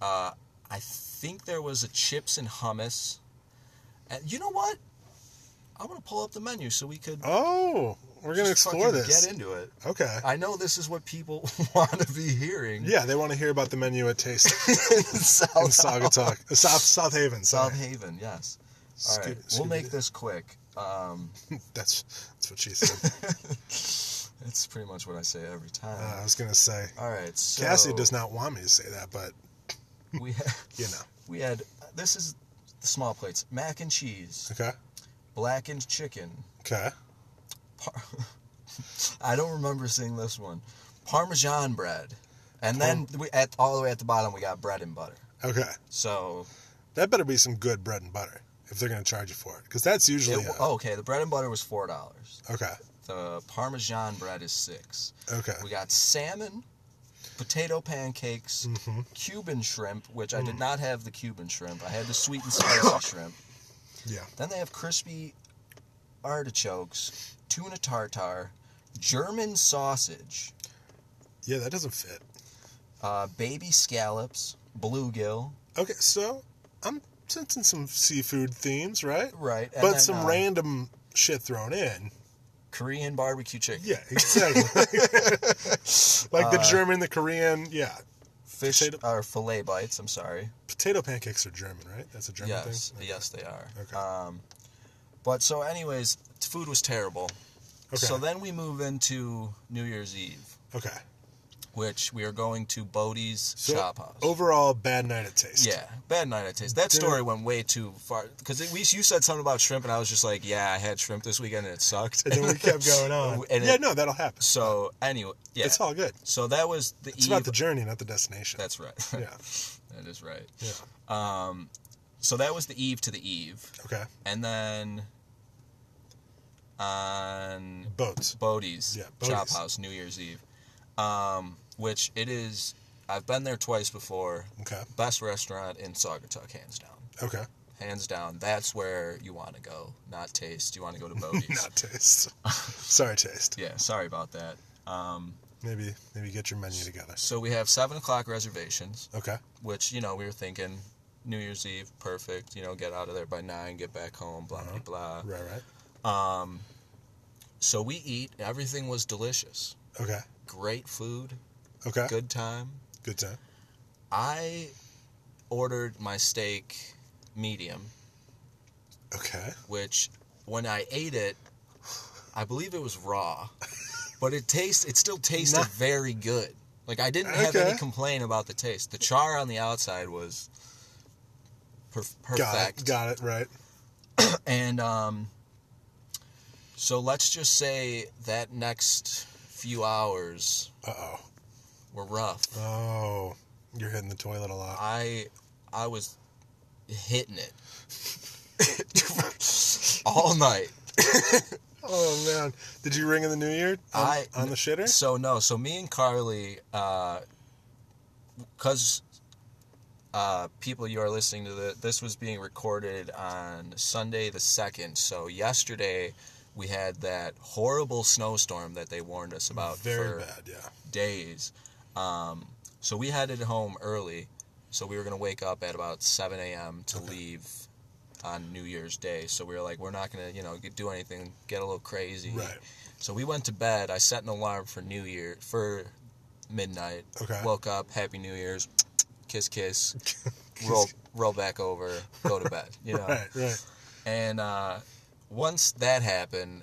[SPEAKER 2] uh i think there was a chips and hummus and you know what i want to pull up the menu so we could
[SPEAKER 1] Oh, we're gonna
[SPEAKER 2] just
[SPEAKER 1] explore
[SPEAKER 2] fucking
[SPEAKER 1] this.
[SPEAKER 2] get Um, into it
[SPEAKER 1] Okay.
[SPEAKER 2] i know this is what people want to be hearing
[SPEAKER 1] Yeah, they want to hear about the menu at Taste in
[SPEAKER 2] South
[SPEAKER 1] Saugatuck, uh, South South Haven. Sorry.
[SPEAKER 2] Oh, South Haven, yes. All
[SPEAKER 1] Scoot-
[SPEAKER 2] right,
[SPEAKER 1] scoot
[SPEAKER 2] we'll
[SPEAKER 1] it.
[SPEAKER 2] make this quick. Um,
[SPEAKER 1] That's that's what she said.
[SPEAKER 2] that's pretty much what I say every time.
[SPEAKER 1] Uh, I was gonna say
[SPEAKER 2] All right, so
[SPEAKER 1] Cassie does not want me to say that, but
[SPEAKER 2] We had,
[SPEAKER 1] you know.
[SPEAKER 2] we had this is the small plates: mac and cheese,
[SPEAKER 1] Okay.
[SPEAKER 2] blackened chicken.
[SPEAKER 1] Okay.
[SPEAKER 2] Par- I don't remember seeing this one. Parmesan bread, and then we at all the way at the bottom we got bread and butter.
[SPEAKER 1] Okay.
[SPEAKER 2] So
[SPEAKER 1] That better be some good bread and butter if they're gonna charge you for it, because that's
[SPEAKER 2] it,
[SPEAKER 1] usually.
[SPEAKER 2] w
[SPEAKER 1] a-
[SPEAKER 2] okay, the bread and butter was four dollars.
[SPEAKER 1] Okay.
[SPEAKER 2] The Parmesan bread is six.
[SPEAKER 1] Okay.
[SPEAKER 2] We got salmon, potato pancakes,
[SPEAKER 1] Mm-hmm.
[SPEAKER 2] Cuban shrimp, which I did
[SPEAKER 1] Mm.
[SPEAKER 2] not have the Cuban shrimp. I had the sweet and spicy shrimp.
[SPEAKER 1] Yeah.
[SPEAKER 2] Then they have crispy artichokes, tuna tartar, German sausage,
[SPEAKER 1] Yeah, that doesn't fit.
[SPEAKER 2] uh, baby scallops, bluegill,
[SPEAKER 1] Okay, so I'm sensing some seafood themes, right?
[SPEAKER 2] right? and
[SPEAKER 1] but
[SPEAKER 2] then,
[SPEAKER 1] some
[SPEAKER 2] uh,
[SPEAKER 1] random shit thrown in.
[SPEAKER 2] Korean barbecue chicken,
[SPEAKER 1] Yeah, exactly. like the
[SPEAKER 2] Uh,
[SPEAKER 1] German, the Korean. Yeah.
[SPEAKER 2] fish
[SPEAKER 1] potato-
[SPEAKER 2] or fillet bites. I'm sorry.
[SPEAKER 1] Potato pancakes are German, right? That's a German
[SPEAKER 2] Yes,
[SPEAKER 1] thing.
[SPEAKER 2] yes, they are.
[SPEAKER 1] Okay.
[SPEAKER 2] Um, but so, anyways, food was terrible.
[SPEAKER 1] Okay.
[SPEAKER 2] So then we move into New Year's Eve.
[SPEAKER 1] okay.
[SPEAKER 2] which we are going to Bodie's
[SPEAKER 1] So
[SPEAKER 2] Chop House.
[SPEAKER 1] overall, bad night at taste.
[SPEAKER 2] yeah, bad night at taste. That
[SPEAKER 1] Dude.
[SPEAKER 2] story went way too far because we you said something about shrimp and I was just like, yeah, I had shrimp this weekend and it sucked.
[SPEAKER 1] And then we kept going on.
[SPEAKER 2] And
[SPEAKER 1] yeah,
[SPEAKER 2] it-
[SPEAKER 1] no, that'll happen.
[SPEAKER 2] So anyway, yeah.
[SPEAKER 1] It's all good.
[SPEAKER 2] So that was the
[SPEAKER 1] It's
[SPEAKER 2] eve.
[SPEAKER 1] about the journey, not the destination.
[SPEAKER 2] That's right.
[SPEAKER 1] yeah.
[SPEAKER 2] that is right. Um,
[SPEAKER 1] Yeah.
[SPEAKER 2] So that was the eve to the eve,
[SPEAKER 1] Okay.
[SPEAKER 2] and then on
[SPEAKER 1] Boats.
[SPEAKER 2] Bodie's
[SPEAKER 1] Yeah,
[SPEAKER 2] Chop
[SPEAKER 1] Bodie's.
[SPEAKER 2] House New Year's Eve, um, which it is. I've been there twice before.
[SPEAKER 1] Okay.
[SPEAKER 2] Best restaurant in Saugatuck, hands down.
[SPEAKER 1] Okay.
[SPEAKER 2] Hands down, that's where you want to go, not taste. You want to go to Bodie's.
[SPEAKER 1] Not taste. Sorry, taste.
[SPEAKER 2] Yeah, sorry about that. Um,
[SPEAKER 1] Maybe maybe get your menu together.
[SPEAKER 2] so we have seven o'clock reservations,
[SPEAKER 1] Okay.
[SPEAKER 2] which you know we were thinking New Year's Eve, perfect. You know, get out of there by nine, get back home, blah blah blah. Um,
[SPEAKER 1] Right. Uh-huh. Right.
[SPEAKER 2] So we eat. Everything was delicious.
[SPEAKER 1] Okay.
[SPEAKER 2] Great food.
[SPEAKER 1] Okay.
[SPEAKER 2] Good time.
[SPEAKER 1] Good time.
[SPEAKER 2] I ordered my steak medium,
[SPEAKER 1] Okay.
[SPEAKER 2] which when I ate it, I believe it was raw, but it tastes it still tasted
[SPEAKER 1] Not-
[SPEAKER 2] very good. Like I didn't have any
[SPEAKER 1] Okay.
[SPEAKER 2] complaint about the taste. The char on the outside was per-
[SPEAKER 1] Got
[SPEAKER 2] perfect,
[SPEAKER 1] it. Got it. Right.
[SPEAKER 2] and um, so let's just say that next few hours
[SPEAKER 1] Uh oh.
[SPEAKER 2] were rough.
[SPEAKER 1] Oh, you're hitting the toilet a lot.
[SPEAKER 2] I I was hitting it all night.
[SPEAKER 1] Oh man, did you ring in the new year on,
[SPEAKER 2] I-
[SPEAKER 1] on the shitter?
[SPEAKER 2] So no, so me and Carly, uh, cause uh, people you are listening to the, this was being recorded on Sunday the second. So yesterday we had that horrible snowstorm that they warned us about
[SPEAKER 1] Very
[SPEAKER 2] uh, for
[SPEAKER 1] bad. Yeah.
[SPEAKER 2] days. Um, so we headed home early. So we were gonna wake up at about seven a.m. to leave on New Year's Day. So we were like, we're not gonna, you know, do anything, get a little crazy.
[SPEAKER 1] Right.
[SPEAKER 2] So we went to bed. I set an alarm for New Year for midnight.
[SPEAKER 1] Okay.
[SPEAKER 2] Woke up, Happy New Year's, kiss, kiss, roll, roll back over, go to bed. You know.
[SPEAKER 1] Right. Right.
[SPEAKER 2] And uh, once that happened,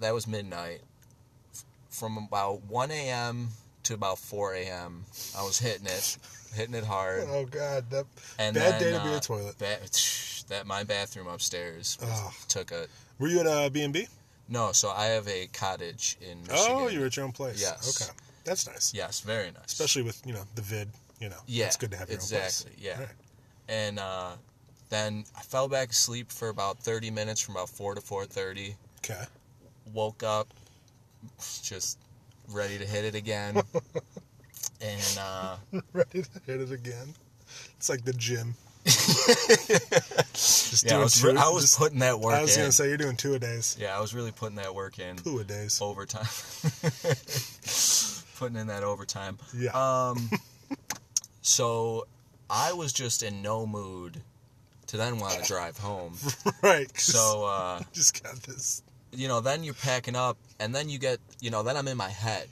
[SPEAKER 2] that was midnight. F- From about 1 a.m. to about 4 a.m., I was hitting it, hitting it hard.
[SPEAKER 1] Oh god, that
[SPEAKER 2] And
[SPEAKER 1] bad
[SPEAKER 2] then,
[SPEAKER 1] day to be
[SPEAKER 2] uh,
[SPEAKER 1] a toilet.
[SPEAKER 2] That, that my bathroom upstairs was-
[SPEAKER 1] Ugh.
[SPEAKER 2] took a
[SPEAKER 1] Were you at a B and B?
[SPEAKER 2] no. So I have a cottage in. Michigan.
[SPEAKER 1] Oh, you were at your own place.
[SPEAKER 2] Yes.
[SPEAKER 1] Okay, that's nice.
[SPEAKER 2] Yes, very nice.
[SPEAKER 1] Especially with you know the vid. You know,
[SPEAKER 2] Yeah,
[SPEAKER 1] it's good to have your
[SPEAKER 2] exactly.
[SPEAKER 1] own place.
[SPEAKER 2] Yeah,
[SPEAKER 1] Right.
[SPEAKER 2] and uh, then I fell back asleep for about thirty minutes, from about four to four thirty.
[SPEAKER 1] Okay.
[SPEAKER 2] Woke up, just ready to hit it again, and uh,
[SPEAKER 1] Ready to hit it again. It's like the gym. Just
[SPEAKER 2] Yeah, I
[SPEAKER 1] doing
[SPEAKER 2] was,
[SPEAKER 1] two.
[SPEAKER 2] I was
[SPEAKER 1] just-
[SPEAKER 2] putting that work
[SPEAKER 1] I was
[SPEAKER 2] in.
[SPEAKER 1] gonna say you're doing two a days,
[SPEAKER 2] Yeah, I was really putting that work in.
[SPEAKER 1] two a days.
[SPEAKER 2] Overtime. putting in that overtime.
[SPEAKER 1] Yeah.
[SPEAKER 2] Um, so I was just in no mood to then want to drive home.
[SPEAKER 1] right. 'cause
[SPEAKER 2] So, uh,
[SPEAKER 1] just got this.
[SPEAKER 2] you know, then you're packing up, and then you get, you know, then I'm in my head.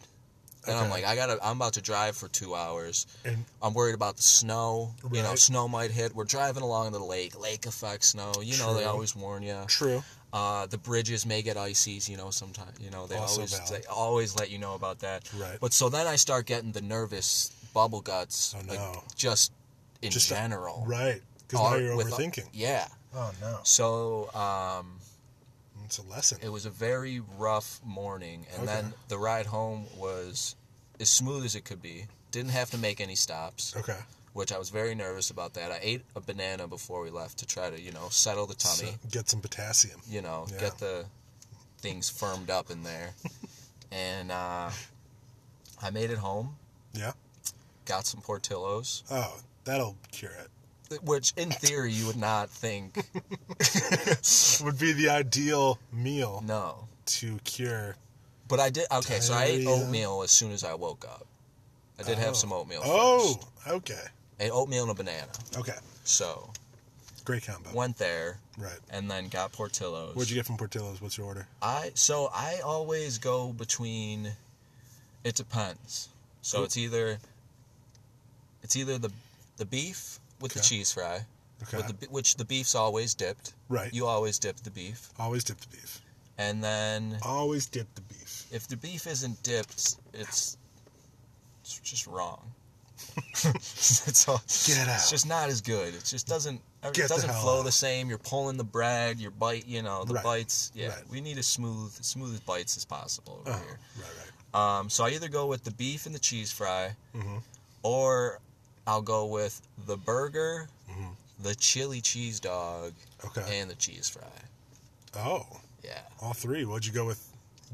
[SPEAKER 2] And I'm
[SPEAKER 1] Okay.
[SPEAKER 2] like, I gotta, I'm about to drive for two hours.
[SPEAKER 1] And
[SPEAKER 2] I'm worried about the snow. You know,
[SPEAKER 1] Right.
[SPEAKER 2] snow might hit. We're driving along the lake. Lake affects snow. You know, they
[SPEAKER 1] True.
[SPEAKER 2] always warn you.
[SPEAKER 1] true.
[SPEAKER 2] Uh, the bridges may get icy. You know, sometimes. You know, they
[SPEAKER 1] Also
[SPEAKER 2] always
[SPEAKER 1] valid.
[SPEAKER 2] they always let you know about that.
[SPEAKER 1] Right.
[SPEAKER 2] But so then I start getting the nervous bubble guts.
[SPEAKER 1] Oh,
[SPEAKER 2] like,
[SPEAKER 1] no.
[SPEAKER 2] just in
[SPEAKER 1] Just a-
[SPEAKER 2] general.
[SPEAKER 1] Right. Because
[SPEAKER 2] All-
[SPEAKER 1] now you're
[SPEAKER 2] with-
[SPEAKER 1] overthinking.
[SPEAKER 2] yeah.
[SPEAKER 1] oh no.
[SPEAKER 2] So um,
[SPEAKER 1] It's a lesson.
[SPEAKER 2] it was a very rough morning, and
[SPEAKER 1] Okay.
[SPEAKER 2] then the ride home was as smooth as it could be. Didn't have to make any stops
[SPEAKER 1] okay.
[SPEAKER 2] which I was very nervous about that. I ate a banana before we left to try to, you know, settle the
[SPEAKER 1] So
[SPEAKER 2] tummy,
[SPEAKER 1] get some potassium.
[SPEAKER 2] you know,
[SPEAKER 1] Yeah.
[SPEAKER 2] get the things firmed up in there. and uh, I made it home,
[SPEAKER 1] Yeah.
[SPEAKER 2] got some Portillos,
[SPEAKER 1] Oh, that'll cure it.
[SPEAKER 2] which in theory you would not think,
[SPEAKER 1] Would be the ideal meal
[SPEAKER 2] no.
[SPEAKER 1] to cure.
[SPEAKER 2] But I did, okay, so I ate
[SPEAKER 1] Diarrhea.
[SPEAKER 2] oatmeal as soon as I woke up. I did
[SPEAKER 1] Oh.
[SPEAKER 2] have some oatmeal
[SPEAKER 1] Oh,
[SPEAKER 2] first.
[SPEAKER 1] okay.
[SPEAKER 2] Ate oatmeal and a banana.
[SPEAKER 1] Okay.
[SPEAKER 2] So
[SPEAKER 1] Great combo.
[SPEAKER 2] went there
[SPEAKER 1] Right.
[SPEAKER 2] and then got Portillos.
[SPEAKER 1] What'd you get from Portillo's? What's your order?
[SPEAKER 2] I so I always go between. It depends. So it's either. It's either the the beef with the
[SPEAKER 1] Okay.
[SPEAKER 2] cheese fry,
[SPEAKER 1] Okay.
[SPEAKER 2] with the, be- which the beef's always dipped.
[SPEAKER 1] Right.
[SPEAKER 2] You always dip the beef,
[SPEAKER 1] Always dip the beef.
[SPEAKER 2] and then
[SPEAKER 1] Always dip the beef.
[SPEAKER 2] if the beef isn't dipped, it's it's just wrong. it's all,
[SPEAKER 1] Get
[SPEAKER 2] It's
[SPEAKER 1] out.
[SPEAKER 2] just not as good. It just doesn't. It
[SPEAKER 1] Get the
[SPEAKER 2] doesn't
[SPEAKER 1] hell
[SPEAKER 2] flow
[SPEAKER 1] out.
[SPEAKER 2] the same. You're pulling the bread. Your bite. You know the
[SPEAKER 1] Right.
[SPEAKER 2] bites. Yeah,
[SPEAKER 1] Right.
[SPEAKER 2] we need as smooth, smooth as bites as possible
[SPEAKER 1] Oh,
[SPEAKER 2] over
[SPEAKER 1] right,
[SPEAKER 2] here.
[SPEAKER 1] right.
[SPEAKER 2] Um, so I either go with the beef and the cheese fry,
[SPEAKER 1] Mhm.
[SPEAKER 2] or I'll go with the burger, the chili cheese dog,
[SPEAKER 1] mm-hmm. Okay.
[SPEAKER 2] and the cheese fry.
[SPEAKER 1] Oh,
[SPEAKER 2] Yeah.
[SPEAKER 1] all three. What'd you go with?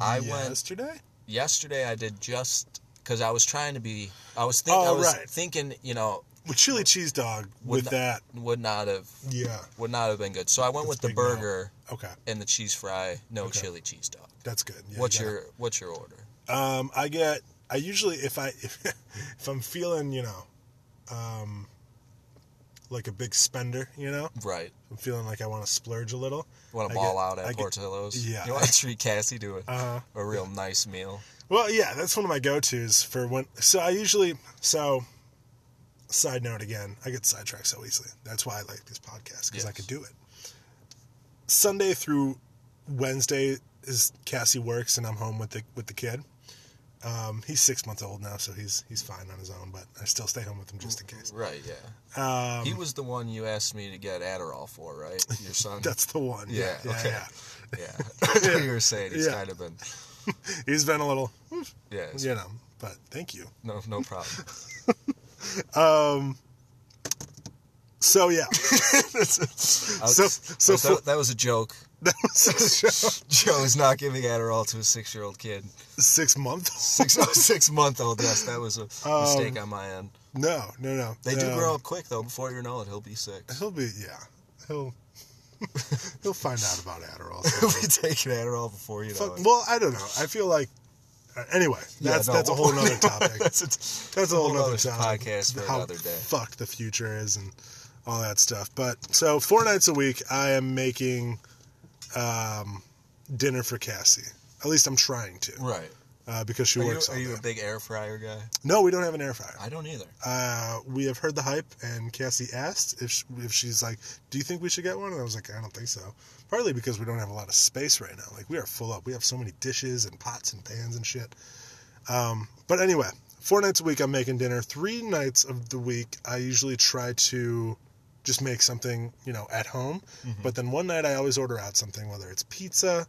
[SPEAKER 2] I went-
[SPEAKER 1] yesterday.
[SPEAKER 2] Yesterday I did just because I was trying to be. I was thinking. I
[SPEAKER 1] Oh,
[SPEAKER 2] was
[SPEAKER 1] right.
[SPEAKER 2] thinking. You know,
[SPEAKER 1] with chili cheese dog. With
[SPEAKER 2] Would not-
[SPEAKER 1] that,
[SPEAKER 2] would not have
[SPEAKER 1] yeah.
[SPEAKER 2] would not have been good. So I went
[SPEAKER 1] That's
[SPEAKER 2] with the
[SPEAKER 1] big now.
[SPEAKER 2] burger
[SPEAKER 1] Okay,
[SPEAKER 2] and the cheese fry, no
[SPEAKER 1] Okay.
[SPEAKER 2] chili cheese dog.
[SPEAKER 1] that's good. Yeah, you
[SPEAKER 2] what's
[SPEAKER 1] got
[SPEAKER 2] your What's your order?
[SPEAKER 1] it. Um, I get. I usually if I if, if I'm feeling you know, um, like a big spender, you know,
[SPEAKER 2] Right.
[SPEAKER 1] I'm feeling like I want to splurge a little.
[SPEAKER 2] Want
[SPEAKER 1] I
[SPEAKER 2] to ball
[SPEAKER 1] get-
[SPEAKER 2] out at
[SPEAKER 1] I get-
[SPEAKER 2] Portillo's?
[SPEAKER 1] yeah,
[SPEAKER 2] You want to treat Cassie to a,
[SPEAKER 1] Uh,
[SPEAKER 2] a real nice meal.
[SPEAKER 1] Well, yeah, that's one of my go-tos for when. So I usually so. Side note again, I get sidetracked so easily. That's why I like these podcasts because I
[SPEAKER 2] Yes.
[SPEAKER 1] could do it. Sunday through Wednesday is Cassie works and I'm home with the with the kid. Um, he's six months old now, so he's he's fine on his own. But I still stay home with him just in case.
[SPEAKER 2] Right. Yeah.
[SPEAKER 1] Um,
[SPEAKER 2] He was the one you asked me to get Adderall for, right? Your son.
[SPEAKER 1] that's the one.
[SPEAKER 2] yeah,
[SPEAKER 1] yeah,
[SPEAKER 2] okay.
[SPEAKER 1] yeah.
[SPEAKER 2] yeah. That's what you were saying he's
[SPEAKER 1] Yeah.
[SPEAKER 2] kind of been.
[SPEAKER 1] He's been a little,
[SPEAKER 2] Yeah. it's-
[SPEAKER 1] you know, but thank you.
[SPEAKER 2] No, no problem.
[SPEAKER 1] So yeah,
[SPEAKER 2] I was-
[SPEAKER 1] so
[SPEAKER 2] I
[SPEAKER 1] so
[SPEAKER 2] was- that, that was a joke.
[SPEAKER 1] for,
[SPEAKER 2] Joe is not giving Adderall to a six-year-old kid.
[SPEAKER 1] six month old.
[SPEAKER 2] Six, oh, six month old. Yes, that was a
[SPEAKER 1] Um,
[SPEAKER 2] mistake on my end.
[SPEAKER 1] No, no, no.
[SPEAKER 2] They do
[SPEAKER 1] Um,
[SPEAKER 2] grow up quick though. Before you know it, he'll be six.
[SPEAKER 1] He'll be yeah. He'll he'll find out about Adderall.
[SPEAKER 2] he'll be taking Adderall before you know
[SPEAKER 1] Fuck,
[SPEAKER 2] it.
[SPEAKER 1] well, I don't know. I feel like uh, anyway.
[SPEAKER 2] Yeah,
[SPEAKER 1] that's
[SPEAKER 2] no,
[SPEAKER 1] that's a
[SPEAKER 2] we'll-
[SPEAKER 1] whole nother topic.
[SPEAKER 2] that's a,
[SPEAKER 1] That's a whole,
[SPEAKER 2] whole
[SPEAKER 1] nother
[SPEAKER 2] nother
[SPEAKER 1] topic.
[SPEAKER 2] podcast for
[SPEAKER 1] how
[SPEAKER 2] another day.
[SPEAKER 1] Fuck the future is and all that stuff. But so four nights a week, I am making um, dinner for Cassie. At least I'm trying to,
[SPEAKER 2] right.
[SPEAKER 1] uh, because she
[SPEAKER 2] Are you,
[SPEAKER 1] works
[SPEAKER 2] are
[SPEAKER 1] all
[SPEAKER 2] you a
[SPEAKER 1] day.
[SPEAKER 2] big air fryer guy?
[SPEAKER 1] No, we don't have an air fryer.
[SPEAKER 2] I don't either.
[SPEAKER 1] uh, we have heard the hype, and Cassie asked if, sh if she's like, "Do you think we should get one?" And I was like, "I don't think so." Partly because we don't have a lot of space right now. Like we are full up. We have so many dishes and pots and pans and shit. Um, but anyway, four nights a week I'm making dinner. Three nights of the week I usually try to just make something you know at home.
[SPEAKER 2] Mm-hmm.
[SPEAKER 1] But then one night I always order out something, whether it's pizza,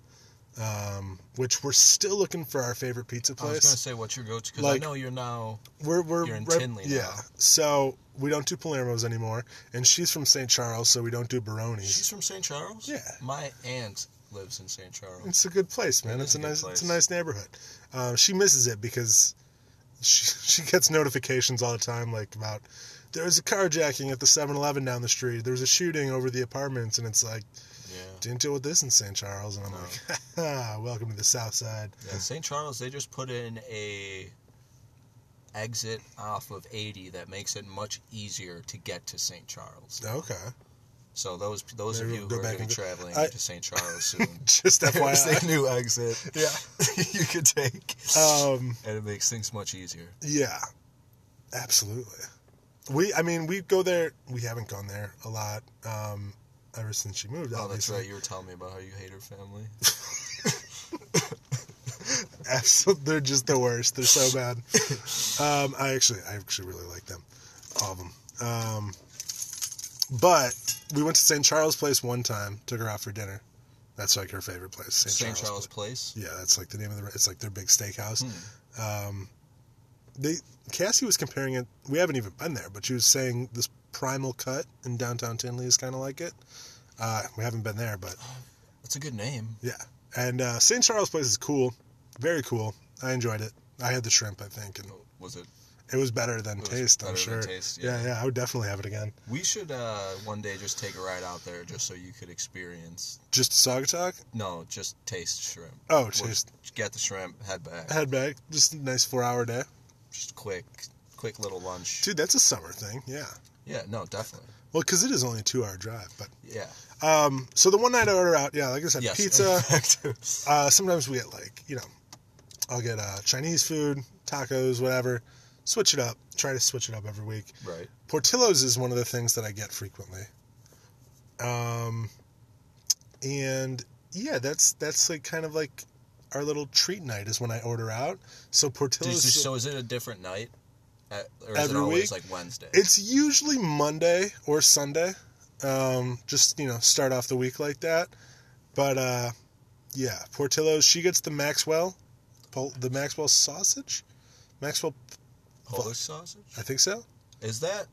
[SPEAKER 1] um, which we're still looking for our favorite pizza
[SPEAKER 2] I was
[SPEAKER 1] place
[SPEAKER 2] gonna say what's your go-to because
[SPEAKER 1] Like-
[SPEAKER 2] I know you're now.
[SPEAKER 1] we're we're
[SPEAKER 2] You're in
[SPEAKER 1] right-
[SPEAKER 2] Tinley
[SPEAKER 1] yeah.
[SPEAKER 2] now.
[SPEAKER 1] So we don't do Palermo's anymore, and she's from St. Charles, so we don't do Baroni's.
[SPEAKER 2] She's from St. Charles.
[SPEAKER 1] Yeah.
[SPEAKER 2] My aunt lives in St. Charles.
[SPEAKER 1] It's a good place, man.
[SPEAKER 2] It
[SPEAKER 1] It's
[SPEAKER 2] is
[SPEAKER 1] a
[SPEAKER 2] a good
[SPEAKER 1] nice it's a
[SPEAKER 2] place.
[SPEAKER 1] nice neighborhood. Um, Uh, she misses it because she she gets notifications all the time, like about there was a carjacking at the 7-Eleven down the street. There was a shooting over the apartments, and it's like
[SPEAKER 2] Yeah.
[SPEAKER 1] didn't deal with this in St. Charles, and I'm
[SPEAKER 2] No.
[SPEAKER 1] like, ah, welcome to the South Side.
[SPEAKER 2] yeah. St. Charles, they just put in a exit off of 80 that makes it much easier to get to St. Charles.
[SPEAKER 1] Okay,
[SPEAKER 2] So those those
[SPEAKER 1] Maybe
[SPEAKER 2] of you
[SPEAKER 1] we'll go
[SPEAKER 2] who are
[SPEAKER 1] back and
[SPEAKER 2] going to be
[SPEAKER 1] go-
[SPEAKER 2] traveling
[SPEAKER 1] I-
[SPEAKER 2] to St. Charles soon,
[SPEAKER 1] just
[SPEAKER 2] there's
[SPEAKER 1] FYI.
[SPEAKER 2] a new exit.
[SPEAKER 1] Yeah.
[SPEAKER 2] you could take,
[SPEAKER 1] Um,
[SPEAKER 2] and it makes things much easier.
[SPEAKER 1] yeah, absolutely. We, I mean, we go there. We haven't gone there a lot um, ever since she moved.
[SPEAKER 2] Oh, that's
[SPEAKER 1] obviously.
[SPEAKER 2] right. You were telling me about how you hate her family.
[SPEAKER 1] Absolutely, they're just the worst. They're so bad. Um, I actually, I actually really like them, all of them. Um, but we went to St. Charles Place one time. Took her out for dinner. That's like her favorite place. St.
[SPEAKER 2] St. Charles,
[SPEAKER 1] Charles.
[SPEAKER 2] Place.
[SPEAKER 1] Yeah, that's like the name of the. It's like their big steakhouse.
[SPEAKER 2] Hmm.
[SPEAKER 1] Um, they Cassie was comparing it. We haven't even been there, but she was saying this primal cut in downtown Tinley is kind of like it. Uh, we haven't been there, but
[SPEAKER 2] That's a good name.
[SPEAKER 1] yeah. And uh, St. Charles Place is cool, very cool. I enjoyed it. I had the shrimp, I think, and
[SPEAKER 2] Was it?
[SPEAKER 1] it was better than
[SPEAKER 2] It was
[SPEAKER 1] taste. I'm
[SPEAKER 2] better
[SPEAKER 1] sure.
[SPEAKER 2] than taste,
[SPEAKER 1] yeah.
[SPEAKER 2] yeah.
[SPEAKER 1] yeah, I would definitely have it again.
[SPEAKER 2] We should uh, one day just take a ride out there just so you could experience.
[SPEAKER 1] Just Saugatuck.
[SPEAKER 2] No, just taste shrimp.
[SPEAKER 1] Oh,
[SPEAKER 2] We'll
[SPEAKER 1] taste.
[SPEAKER 2] Get the shrimp, head back.
[SPEAKER 1] Head back. Just a nice four-hour day,
[SPEAKER 2] Just quick, quick little lunch.
[SPEAKER 1] dude. That's a summer thing. Yeah.
[SPEAKER 2] Yeah, no, definitely.
[SPEAKER 1] Well, because it is only a two-hour drive, but
[SPEAKER 2] Yeah.
[SPEAKER 1] um. So the one night I order out, yeah, like I said,
[SPEAKER 2] Yes.
[SPEAKER 1] pizza.
[SPEAKER 2] Pizza.
[SPEAKER 1] Uh, sometimes we get like you know, I'll get uh, Chinese food, tacos, whatever. Switch it up. Try to switch it up every week.
[SPEAKER 2] right.
[SPEAKER 1] Portillo's is one of the things that I get frequently. Um, and yeah, that's that's like kind of like our little treat night is when I order out. So
[SPEAKER 2] Dude,
[SPEAKER 1] Portillo's,
[SPEAKER 2] so is it a different night? At, or is
[SPEAKER 1] Every
[SPEAKER 2] it always
[SPEAKER 1] week?
[SPEAKER 2] like Wednesday?
[SPEAKER 1] it's usually Monday or Sunday. Um, just you know, start off the week like that. But uh, yeah, Portillo's. She gets the Maxwell, pol- the Maxwell sausage. Maxwell,
[SPEAKER 2] Polish sausage.
[SPEAKER 1] I think so.
[SPEAKER 2] Is that?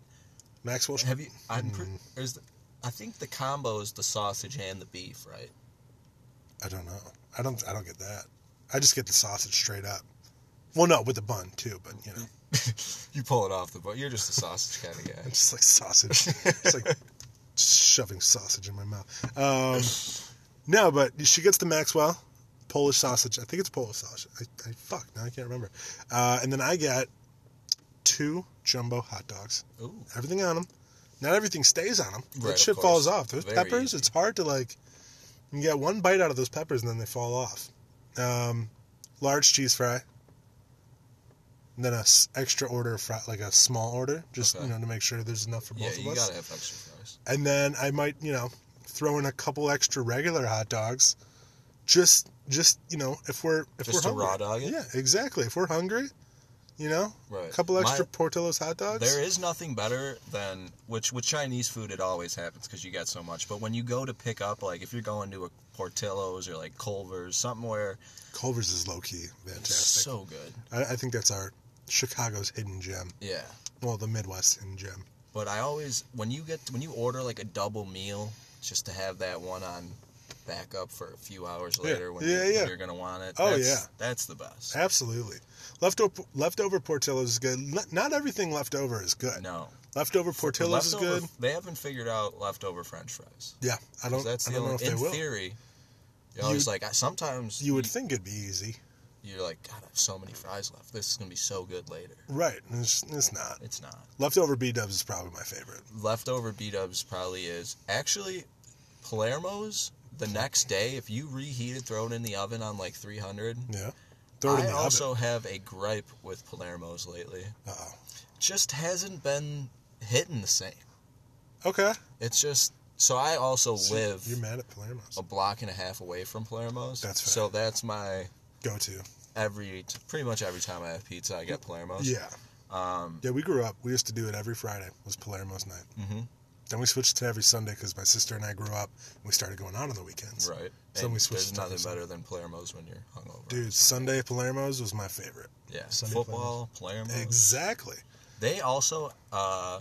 [SPEAKER 1] Maxwell.
[SPEAKER 2] Have you? I'm. Pre-
[SPEAKER 1] Mm.
[SPEAKER 2] is the, I think the combo is the sausage and the beef, right?
[SPEAKER 1] I don't know. I don't. I don't get that. I just get the sausage straight up. Well, no, with the bun too. But you know,
[SPEAKER 2] You pull it off the boat. You're just a sausage kind of
[SPEAKER 1] I'm
[SPEAKER 2] guy.
[SPEAKER 1] just like sausage. it's like shoving sausage in my mouth. Um, no, but she gets the Maxwell Polish sausage. I think it's Polish sausage. I, I fuck. Now I can't remember. Uh, and then I get two jumbo hot dogs.
[SPEAKER 2] Ooh,
[SPEAKER 1] Everything on them. Not everything stays on them.
[SPEAKER 2] Right,
[SPEAKER 1] that
[SPEAKER 2] of
[SPEAKER 1] shit
[SPEAKER 2] course.
[SPEAKER 1] falls off. Those
[SPEAKER 2] Very
[SPEAKER 1] peppers,
[SPEAKER 2] easy.
[SPEAKER 1] it's hard to like. You get one bite out of those peppers and then they fall off. Um, large cheese fry. And then a s- extra order of fry, like a small order, just
[SPEAKER 2] Okay.
[SPEAKER 1] you know to make sure there's enough for
[SPEAKER 2] yeah,
[SPEAKER 1] both of
[SPEAKER 2] you
[SPEAKER 1] us.
[SPEAKER 2] gotta have extra fries.
[SPEAKER 1] And then I might you know throw in a couple extra regular hot dogs, just just you know if we're if
[SPEAKER 2] Just
[SPEAKER 1] we're
[SPEAKER 2] to raw
[SPEAKER 1] hungry.
[SPEAKER 2] dog it?
[SPEAKER 1] Yeah, exactly. If we're hungry, you know,
[SPEAKER 2] Right.
[SPEAKER 1] a couple
[SPEAKER 2] My-
[SPEAKER 1] extra Portillo's hot dogs.
[SPEAKER 2] There is nothing better than which with Chinese food it always happens because you get so much. But when you go to pick up, like if you're going to a Portillo's or like Culver's, something where
[SPEAKER 1] Culver's is low key
[SPEAKER 2] it's
[SPEAKER 1] fantastic.
[SPEAKER 2] so good.
[SPEAKER 1] I, I think that's our Chicago's hidden gem.
[SPEAKER 2] Yeah.
[SPEAKER 1] Well, the Midwest hidden gem.
[SPEAKER 2] But I always when you get when you order like a double meal, just to have that one on backup for a few hours later when,
[SPEAKER 1] Yeah,
[SPEAKER 2] you,
[SPEAKER 1] yeah.
[SPEAKER 2] are gonna want it.
[SPEAKER 1] Oh,
[SPEAKER 2] that's,
[SPEAKER 1] yeah.
[SPEAKER 2] that's the best.
[SPEAKER 1] Absolutely. Leftover leftover Portillo's is good. Le- not everything leftover is good.
[SPEAKER 2] No,
[SPEAKER 1] Leftover Portillo's
[SPEAKER 2] Leftover-
[SPEAKER 1] is good.
[SPEAKER 2] They haven't figured out leftover French fries.
[SPEAKER 1] Yeah, I don't.
[SPEAKER 2] That's
[SPEAKER 1] I
[SPEAKER 2] the
[SPEAKER 1] don't know if
[SPEAKER 2] only.
[SPEAKER 1] they
[SPEAKER 2] In
[SPEAKER 1] will.
[SPEAKER 2] theory,
[SPEAKER 1] You-
[SPEAKER 2] you always like I- sometimes
[SPEAKER 1] you would think it'd be easy,
[SPEAKER 2] you're like God, I have so many fries left. This is gonna be so good later.
[SPEAKER 1] right? and It's, it's not.
[SPEAKER 2] It's not.
[SPEAKER 1] Leftover B Dubs is probably my favorite.
[SPEAKER 2] Leftover B Dubs probably is actually Palermo's. The next day, if you reheat it, throw it in the oven on like 300.
[SPEAKER 1] Yeah. Throw it in
[SPEAKER 2] I
[SPEAKER 1] the
[SPEAKER 2] also
[SPEAKER 1] oven.
[SPEAKER 2] have a gripe with Palermo's lately.
[SPEAKER 1] Uh-oh.
[SPEAKER 2] Just hasn't been hitting the same.
[SPEAKER 1] Okay.
[SPEAKER 2] It's just so I also
[SPEAKER 1] So
[SPEAKER 2] live Oh.
[SPEAKER 1] You're mad at Palermo's.
[SPEAKER 2] a block and a half away from Palermo's.
[SPEAKER 1] That's fair.
[SPEAKER 2] So that's my
[SPEAKER 1] Go to.
[SPEAKER 2] every pretty much every time I have pizza, I get Palermo's.
[SPEAKER 1] Yeah.
[SPEAKER 2] Um,
[SPEAKER 1] Yeah. We grew up. We used to do it every Friday. Was Palermo's night.
[SPEAKER 2] mhm,
[SPEAKER 1] Then we switched to every Sunday because my sister and I grew up. and We started going out on the weekends.
[SPEAKER 2] Right.
[SPEAKER 1] So
[SPEAKER 2] and
[SPEAKER 1] we switched
[SPEAKER 2] there's
[SPEAKER 1] to
[SPEAKER 2] nothing
[SPEAKER 1] this.
[SPEAKER 2] better than Palermo's when you're hungover.
[SPEAKER 1] Dude, Sunday Palermo's was my favorite.
[SPEAKER 2] Yeah.
[SPEAKER 1] Sunday
[SPEAKER 2] Football, Palermo's.
[SPEAKER 1] Exactly.
[SPEAKER 2] They also, uh, I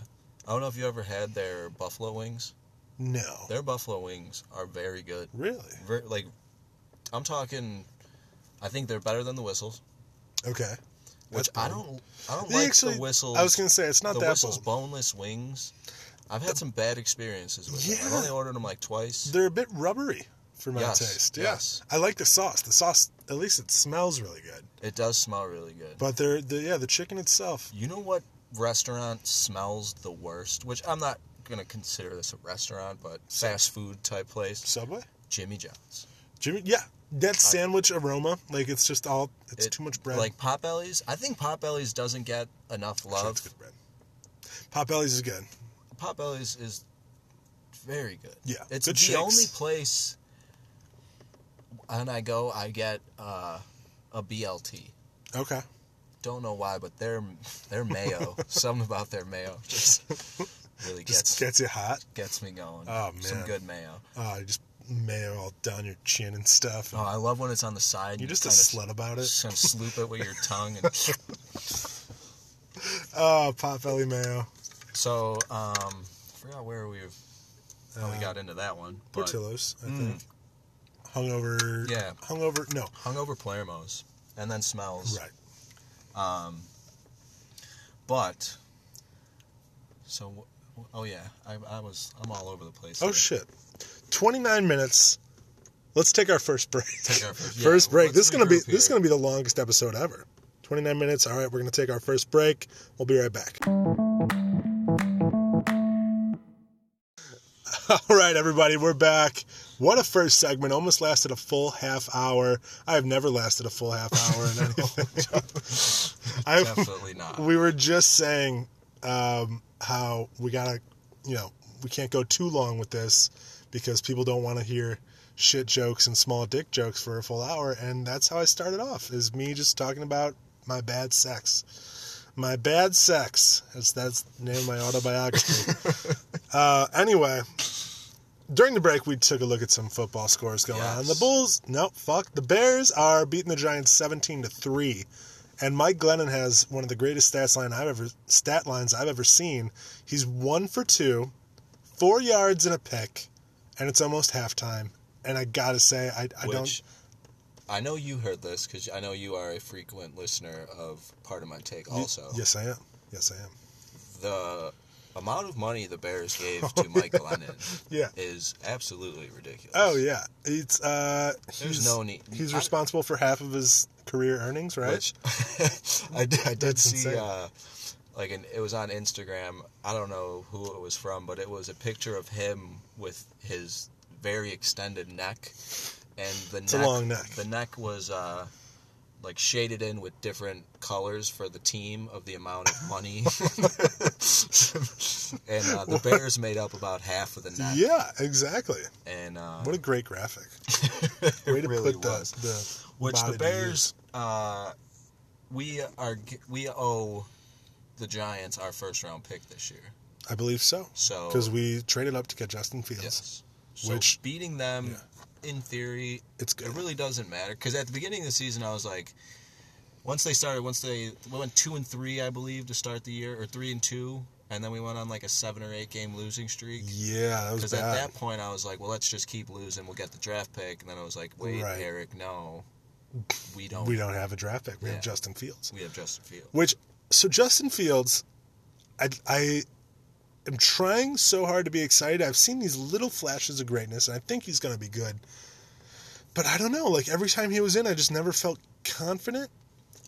[SPEAKER 2] don't know if you ever had their buffalo wings.
[SPEAKER 1] No.
[SPEAKER 2] Their buffalo wings are very good.
[SPEAKER 1] Really?
[SPEAKER 2] Ver- like, I'm talking, I think they're better than the whistles.
[SPEAKER 1] Okay.
[SPEAKER 2] which
[SPEAKER 1] bad.
[SPEAKER 2] I don't. I don't
[SPEAKER 1] They
[SPEAKER 2] like
[SPEAKER 1] actually-
[SPEAKER 2] the whistles.
[SPEAKER 1] I was gonna say it's not
[SPEAKER 2] the
[SPEAKER 1] that
[SPEAKER 2] whistles
[SPEAKER 1] bold.
[SPEAKER 2] boneless wings. I've had some bad experiences with them. I've
[SPEAKER 1] Yeah.
[SPEAKER 2] only ordered them like twice.
[SPEAKER 1] They're a bit rubbery for my
[SPEAKER 2] Yes,
[SPEAKER 1] taste. Yeah.
[SPEAKER 2] yes.
[SPEAKER 1] I like the sauce. The sauce, at least it smells really good.
[SPEAKER 2] it does smell really good.
[SPEAKER 1] But they're the yeah the chicken itself.
[SPEAKER 2] You know what restaurant smells the worst? Which I'm not gonna consider this a restaurant, but fast food type place.
[SPEAKER 1] Subway,
[SPEAKER 2] Jimmy John's.
[SPEAKER 1] Jimmy. Yeah, that sandwich aroma. Like it's just all. It's
[SPEAKER 2] It-
[SPEAKER 1] too much bread.
[SPEAKER 2] Like Potbelly's. I think Potbelly's doesn't get enough
[SPEAKER 1] That's
[SPEAKER 2] love.
[SPEAKER 1] good bread. Potbelly's is good.
[SPEAKER 2] Potbelly's is very good.
[SPEAKER 1] Yeah,
[SPEAKER 2] It's
[SPEAKER 1] good
[SPEAKER 2] the
[SPEAKER 1] shakes.
[SPEAKER 2] only place and I go I get uh, a BLT.
[SPEAKER 1] Okay.
[SPEAKER 2] Don't know why, but their their mayo, something about their mayo just really gets
[SPEAKER 1] Just gets you hot.
[SPEAKER 2] gets me going.
[SPEAKER 1] Oh,
[SPEAKER 2] Some
[SPEAKER 1] man.
[SPEAKER 2] good mayo.
[SPEAKER 1] Uh, just mayo all down your chin and stuff.
[SPEAKER 2] Oh, I love when it's on the side.
[SPEAKER 1] You're just a
[SPEAKER 2] kinda-
[SPEAKER 1] slut about it.
[SPEAKER 2] Just gonna sloop it with your tongue. And
[SPEAKER 1] Oh, potbelly mayo.
[SPEAKER 2] so, um, I forgot where we how Oh, we
[SPEAKER 1] Uh,
[SPEAKER 2] got into that one. but
[SPEAKER 1] Portillo's, I
[SPEAKER 2] Mm.
[SPEAKER 1] think. Hungover.
[SPEAKER 2] Yeah.
[SPEAKER 1] Hungover. No.
[SPEAKER 2] hungover Palermo's, and then smells.
[SPEAKER 1] Right.
[SPEAKER 2] Um, but so, wh- oh yeah, I, I was I'm all over the place.
[SPEAKER 1] Oh
[SPEAKER 2] here.
[SPEAKER 1] shit. Twenty nine minets. Let's take our first break.
[SPEAKER 2] Take our first- yeah,
[SPEAKER 1] First break.
[SPEAKER 2] let's
[SPEAKER 1] This is gonna be
[SPEAKER 2] regroup
[SPEAKER 1] this is
[SPEAKER 2] here.
[SPEAKER 1] gonna be the longest episode ever. Twenty nine minutes. All right, we're gonna take our first break. We'll be right back. All right, everybody, we're back. What a first segment! Almost lasted a full half hour. I have never lasted a full half hour in anything. I,
[SPEAKER 2] Definitely not.
[SPEAKER 1] we were just saying um, how we gotta, you know, we can't go too long with this because people don't want to hear shit jokes and small dick jokes for a full hour, and that's how I started off is me just talking about my bad sex, my bad sex. That's that's the name of my autobiography. uh, anyway. During the break, we took a look at some football scores going on. The
[SPEAKER 2] Yes.
[SPEAKER 1] Bulls, no, fuck. The Bears are beating the Giants 17 to 3. And Mike Glennon has one of the greatest stats line I've ever stat lines I've ever seen. He's one for two, four yards and a pick, and it's almost halftime. And I gotta say, I, I don't.
[SPEAKER 2] Which I know you heard this because I know you are a frequent listener of part of my take. Also,
[SPEAKER 1] Yes, I am. Yes, I am.
[SPEAKER 2] the amount of money the Bears gave to Mike Glennon
[SPEAKER 1] Oh, Yeah.
[SPEAKER 2] is absolutely ridiculous.
[SPEAKER 1] Oh yeah. It's uh. He's,
[SPEAKER 2] no need-
[SPEAKER 1] He's
[SPEAKER 2] I-
[SPEAKER 1] responsible for half of his career earnings, right?
[SPEAKER 2] Which I did, I did
[SPEAKER 1] That's
[SPEAKER 2] see,
[SPEAKER 1] insane.
[SPEAKER 2] uh, like, an, it was on Instagram. I don't know who it was from, but it was a picture of him with his very extended neck, and the
[SPEAKER 1] a
[SPEAKER 2] neck,
[SPEAKER 1] long neck.
[SPEAKER 2] The neck was uh, like shaded in with different colors for the team of the amount of money, and uh, the Bears made up about half of the neck.
[SPEAKER 1] yeah, exactly.
[SPEAKER 2] And uh,
[SPEAKER 1] What a great graphic.
[SPEAKER 2] it
[SPEAKER 1] Way to
[SPEAKER 2] really
[SPEAKER 1] put the,
[SPEAKER 2] was.
[SPEAKER 1] the
[SPEAKER 2] which
[SPEAKER 1] body
[SPEAKER 2] the
[SPEAKER 1] to
[SPEAKER 2] Bears, uh, we are g- we owe the Giants our first round pick this year.
[SPEAKER 1] use. I believe so.
[SPEAKER 2] So
[SPEAKER 1] Because we traded up to get Justin Fields.
[SPEAKER 2] Oh. yes, so
[SPEAKER 1] Which-
[SPEAKER 2] beating them in theory,
[SPEAKER 1] It's good.
[SPEAKER 2] it really doesn't matter. Because at the beginning of the season, I was like, once they started, once they we went two and three, I believe, to start the year, or three and two, and then we went on like a seven or eight game losing streak.
[SPEAKER 1] yeah, that was
[SPEAKER 2] Because
[SPEAKER 1] bad.
[SPEAKER 2] at that point, I was like, well, let's just keep losing. We'll get the draft pick. And then I was like, wait,
[SPEAKER 1] Right.
[SPEAKER 2] Eric, no. We don't.
[SPEAKER 1] we don't have a draft pick. We
[SPEAKER 2] Yeah.
[SPEAKER 1] have Justin Fields.
[SPEAKER 2] We have Justin Fields.
[SPEAKER 1] Which so Justin Fields, I I am trying so hard to be excited. I've seen these little flashes of greatness, and I think he's going to be good. But I don't know. Like every time he was in, I just never felt confident.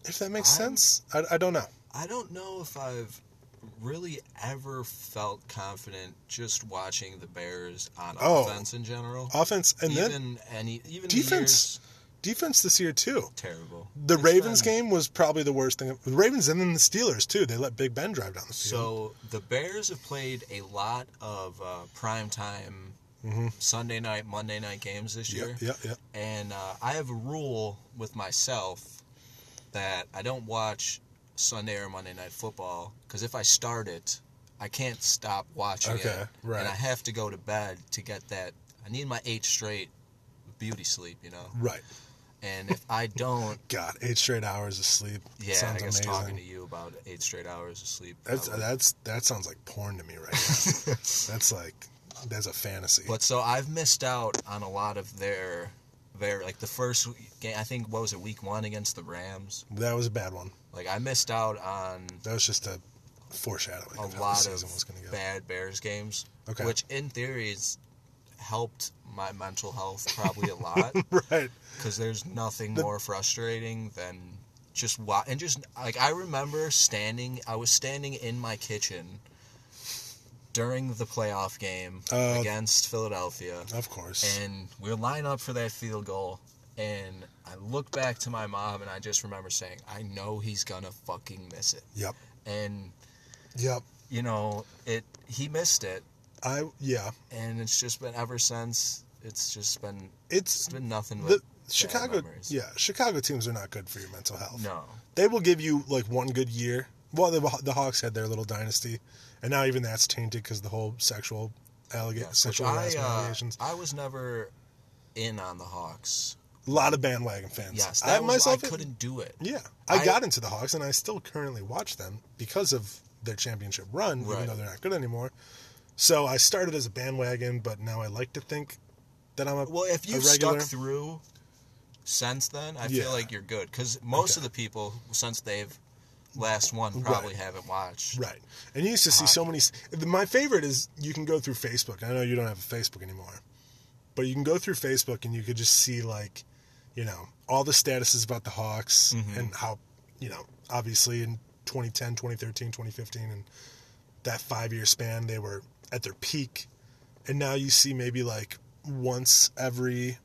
[SPEAKER 1] If that makes
[SPEAKER 2] I'm-
[SPEAKER 1] sense, I, I don't know.
[SPEAKER 2] I don't know if I've really ever felt confident just watching the Bears on
[SPEAKER 1] Oh.
[SPEAKER 2] offense in general.
[SPEAKER 1] Offense and
[SPEAKER 2] even
[SPEAKER 1] then
[SPEAKER 2] any even
[SPEAKER 1] Defense.
[SPEAKER 2] defense
[SPEAKER 1] defense this year too.
[SPEAKER 2] terrible.
[SPEAKER 1] The
[SPEAKER 2] It's
[SPEAKER 1] Ravens
[SPEAKER 2] been-
[SPEAKER 1] game was probably the worst thing. The Ravens and then the Steelers too. They let Big Ben drive down the field.
[SPEAKER 2] So the Bears have played a lot of uh, prime time Sunday night, Monday night games this year,
[SPEAKER 1] Mm-hmm. yeah, yeah, yeah.
[SPEAKER 2] and uh, I have a rule with myself that I don't watch Sunday or Monday night football because if I start it, I can't stop watching
[SPEAKER 1] Okay,
[SPEAKER 2] it,
[SPEAKER 1] right.
[SPEAKER 2] and I have to go to bed to get that. I need my eight straight beauty sleep, you know.
[SPEAKER 1] Right.
[SPEAKER 2] And if I don't,
[SPEAKER 1] God, eight straight hours of sleep.
[SPEAKER 2] yeah, I
[SPEAKER 1] sounds
[SPEAKER 2] guess
[SPEAKER 1] amazing.
[SPEAKER 2] talking to you about eight straight hours of sleep.
[SPEAKER 1] That's
[SPEAKER 2] probably.
[SPEAKER 1] that's that sounds like porn to me right now. that's like that's a fantasy.
[SPEAKER 2] But so I've missed out on a lot of their very like the first game. I think what was it, week one against the Rams.
[SPEAKER 1] That was a bad one.
[SPEAKER 2] Like I missed out on
[SPEAKER 1] That was just a foreshadowing
[SPEAKER 2] a
[SPEAKER 1] of how the
[SPEAKER 2] lot
[SPEAKER 1] season was going to
[SPEAKER 2] of
[SPEAKER 1] go.
[SPEAKER 2] bad Bears games,
[SPEAKER 1] Okay.
[SPEAKER 2] which in theory is helped my mental health probably a lot
[SPEAKER 1] Right.
[SPEAKER 2] because there's nothing more frustrating than just wa- and just like I remember standing, I was standing in my kitchen during the playoff game
[SPEAKER 1] Uh,
[SPEAKER 2] against Philadelphia,
[SPEAKER 1] Of course.
[SPEAKER 2] and we were lining up for that field goal. And I look back to my mom, and I just remember saying, "I know he's gonna fucking miss it."
[SPEAKER 1] yep.
[SPEAKER 2] And
[SPEAKER 1] Yep.
[SPEAKER 2] you know, it he missed it,
[SPEAKER 1] I yeah.
[SPEAKER 2] and it's just been ever since. It's just been
[SPEAKER 1] It's
[SPEAKER 2] it's been nothing but
[SPEAKER 1] the
[SPEAKER 2] bad
[SPEAKER 1] Chicago.
[SPEAKER 2] memories.
[SPEAKER 1] Yeah, Chicago teams are not good for your mental health.
[SPEAKER 2] No.
[SPEAKER 1] They will give you like one good year. Well, the, the Hawks had their little dynasty, and now even that's tainted because the whole sexual allega-
[SPEAKER 2] Yes, which
[SPEAKER 1] sexual
[SPEAKER 2] I,
[SPEAKER 1] harassment
[SPEAKER 2] uh,
[SPEAKER 1] allegations.
[SPEAKER 2] I was never in on the Hawks.
[SPEAKER 1] A lot of bandwagon fans.
[SPEAKER 2] Yes,
[SPEAKER 1] I
[SPEAKER 2] that was,
[SPEAKER 1] myself.
[SPEAKER 2] I couldn't do it.
[SPEAKER 1] Yeah, I,
[SPEAKER 2] I-
[SPEAKER 1] got into the Hawks, and I still currently watch them because of their championship run, even
[SPEAKER 2] Right.
[SPEAKER 1] though they're not good anymore. So I started as a bandwagon, but now I like to think that I'm a
[SPEAKER 2] Well, if
[SPEAKER 1] a
[SPEAKER 2] you've
[SPEAKER 1] regular.
[SPEAKER 2] stuck through since then, I
[SPEAKER 1] Yeah.
[SPEAKER 2] feel like you're good because
[SPEAKER 1] Okay.
[SPEAKER 2] most of the people since they've last one probably haven't watched.
[SPEAKER 1] Right. And you used to see so many. My favorite is you can go through Facebook. I know you don't have a Facebook anymore, but you can go through Facebook and you could just see, like, you know, all the statuses about the Hawks
[SPEAKER 2] Mm-hmm.
[SPEAKER 1] and how, you know, obviously in 2010, 2013, 2015, and that five year span, they were at their peak. And now you see maybe like once every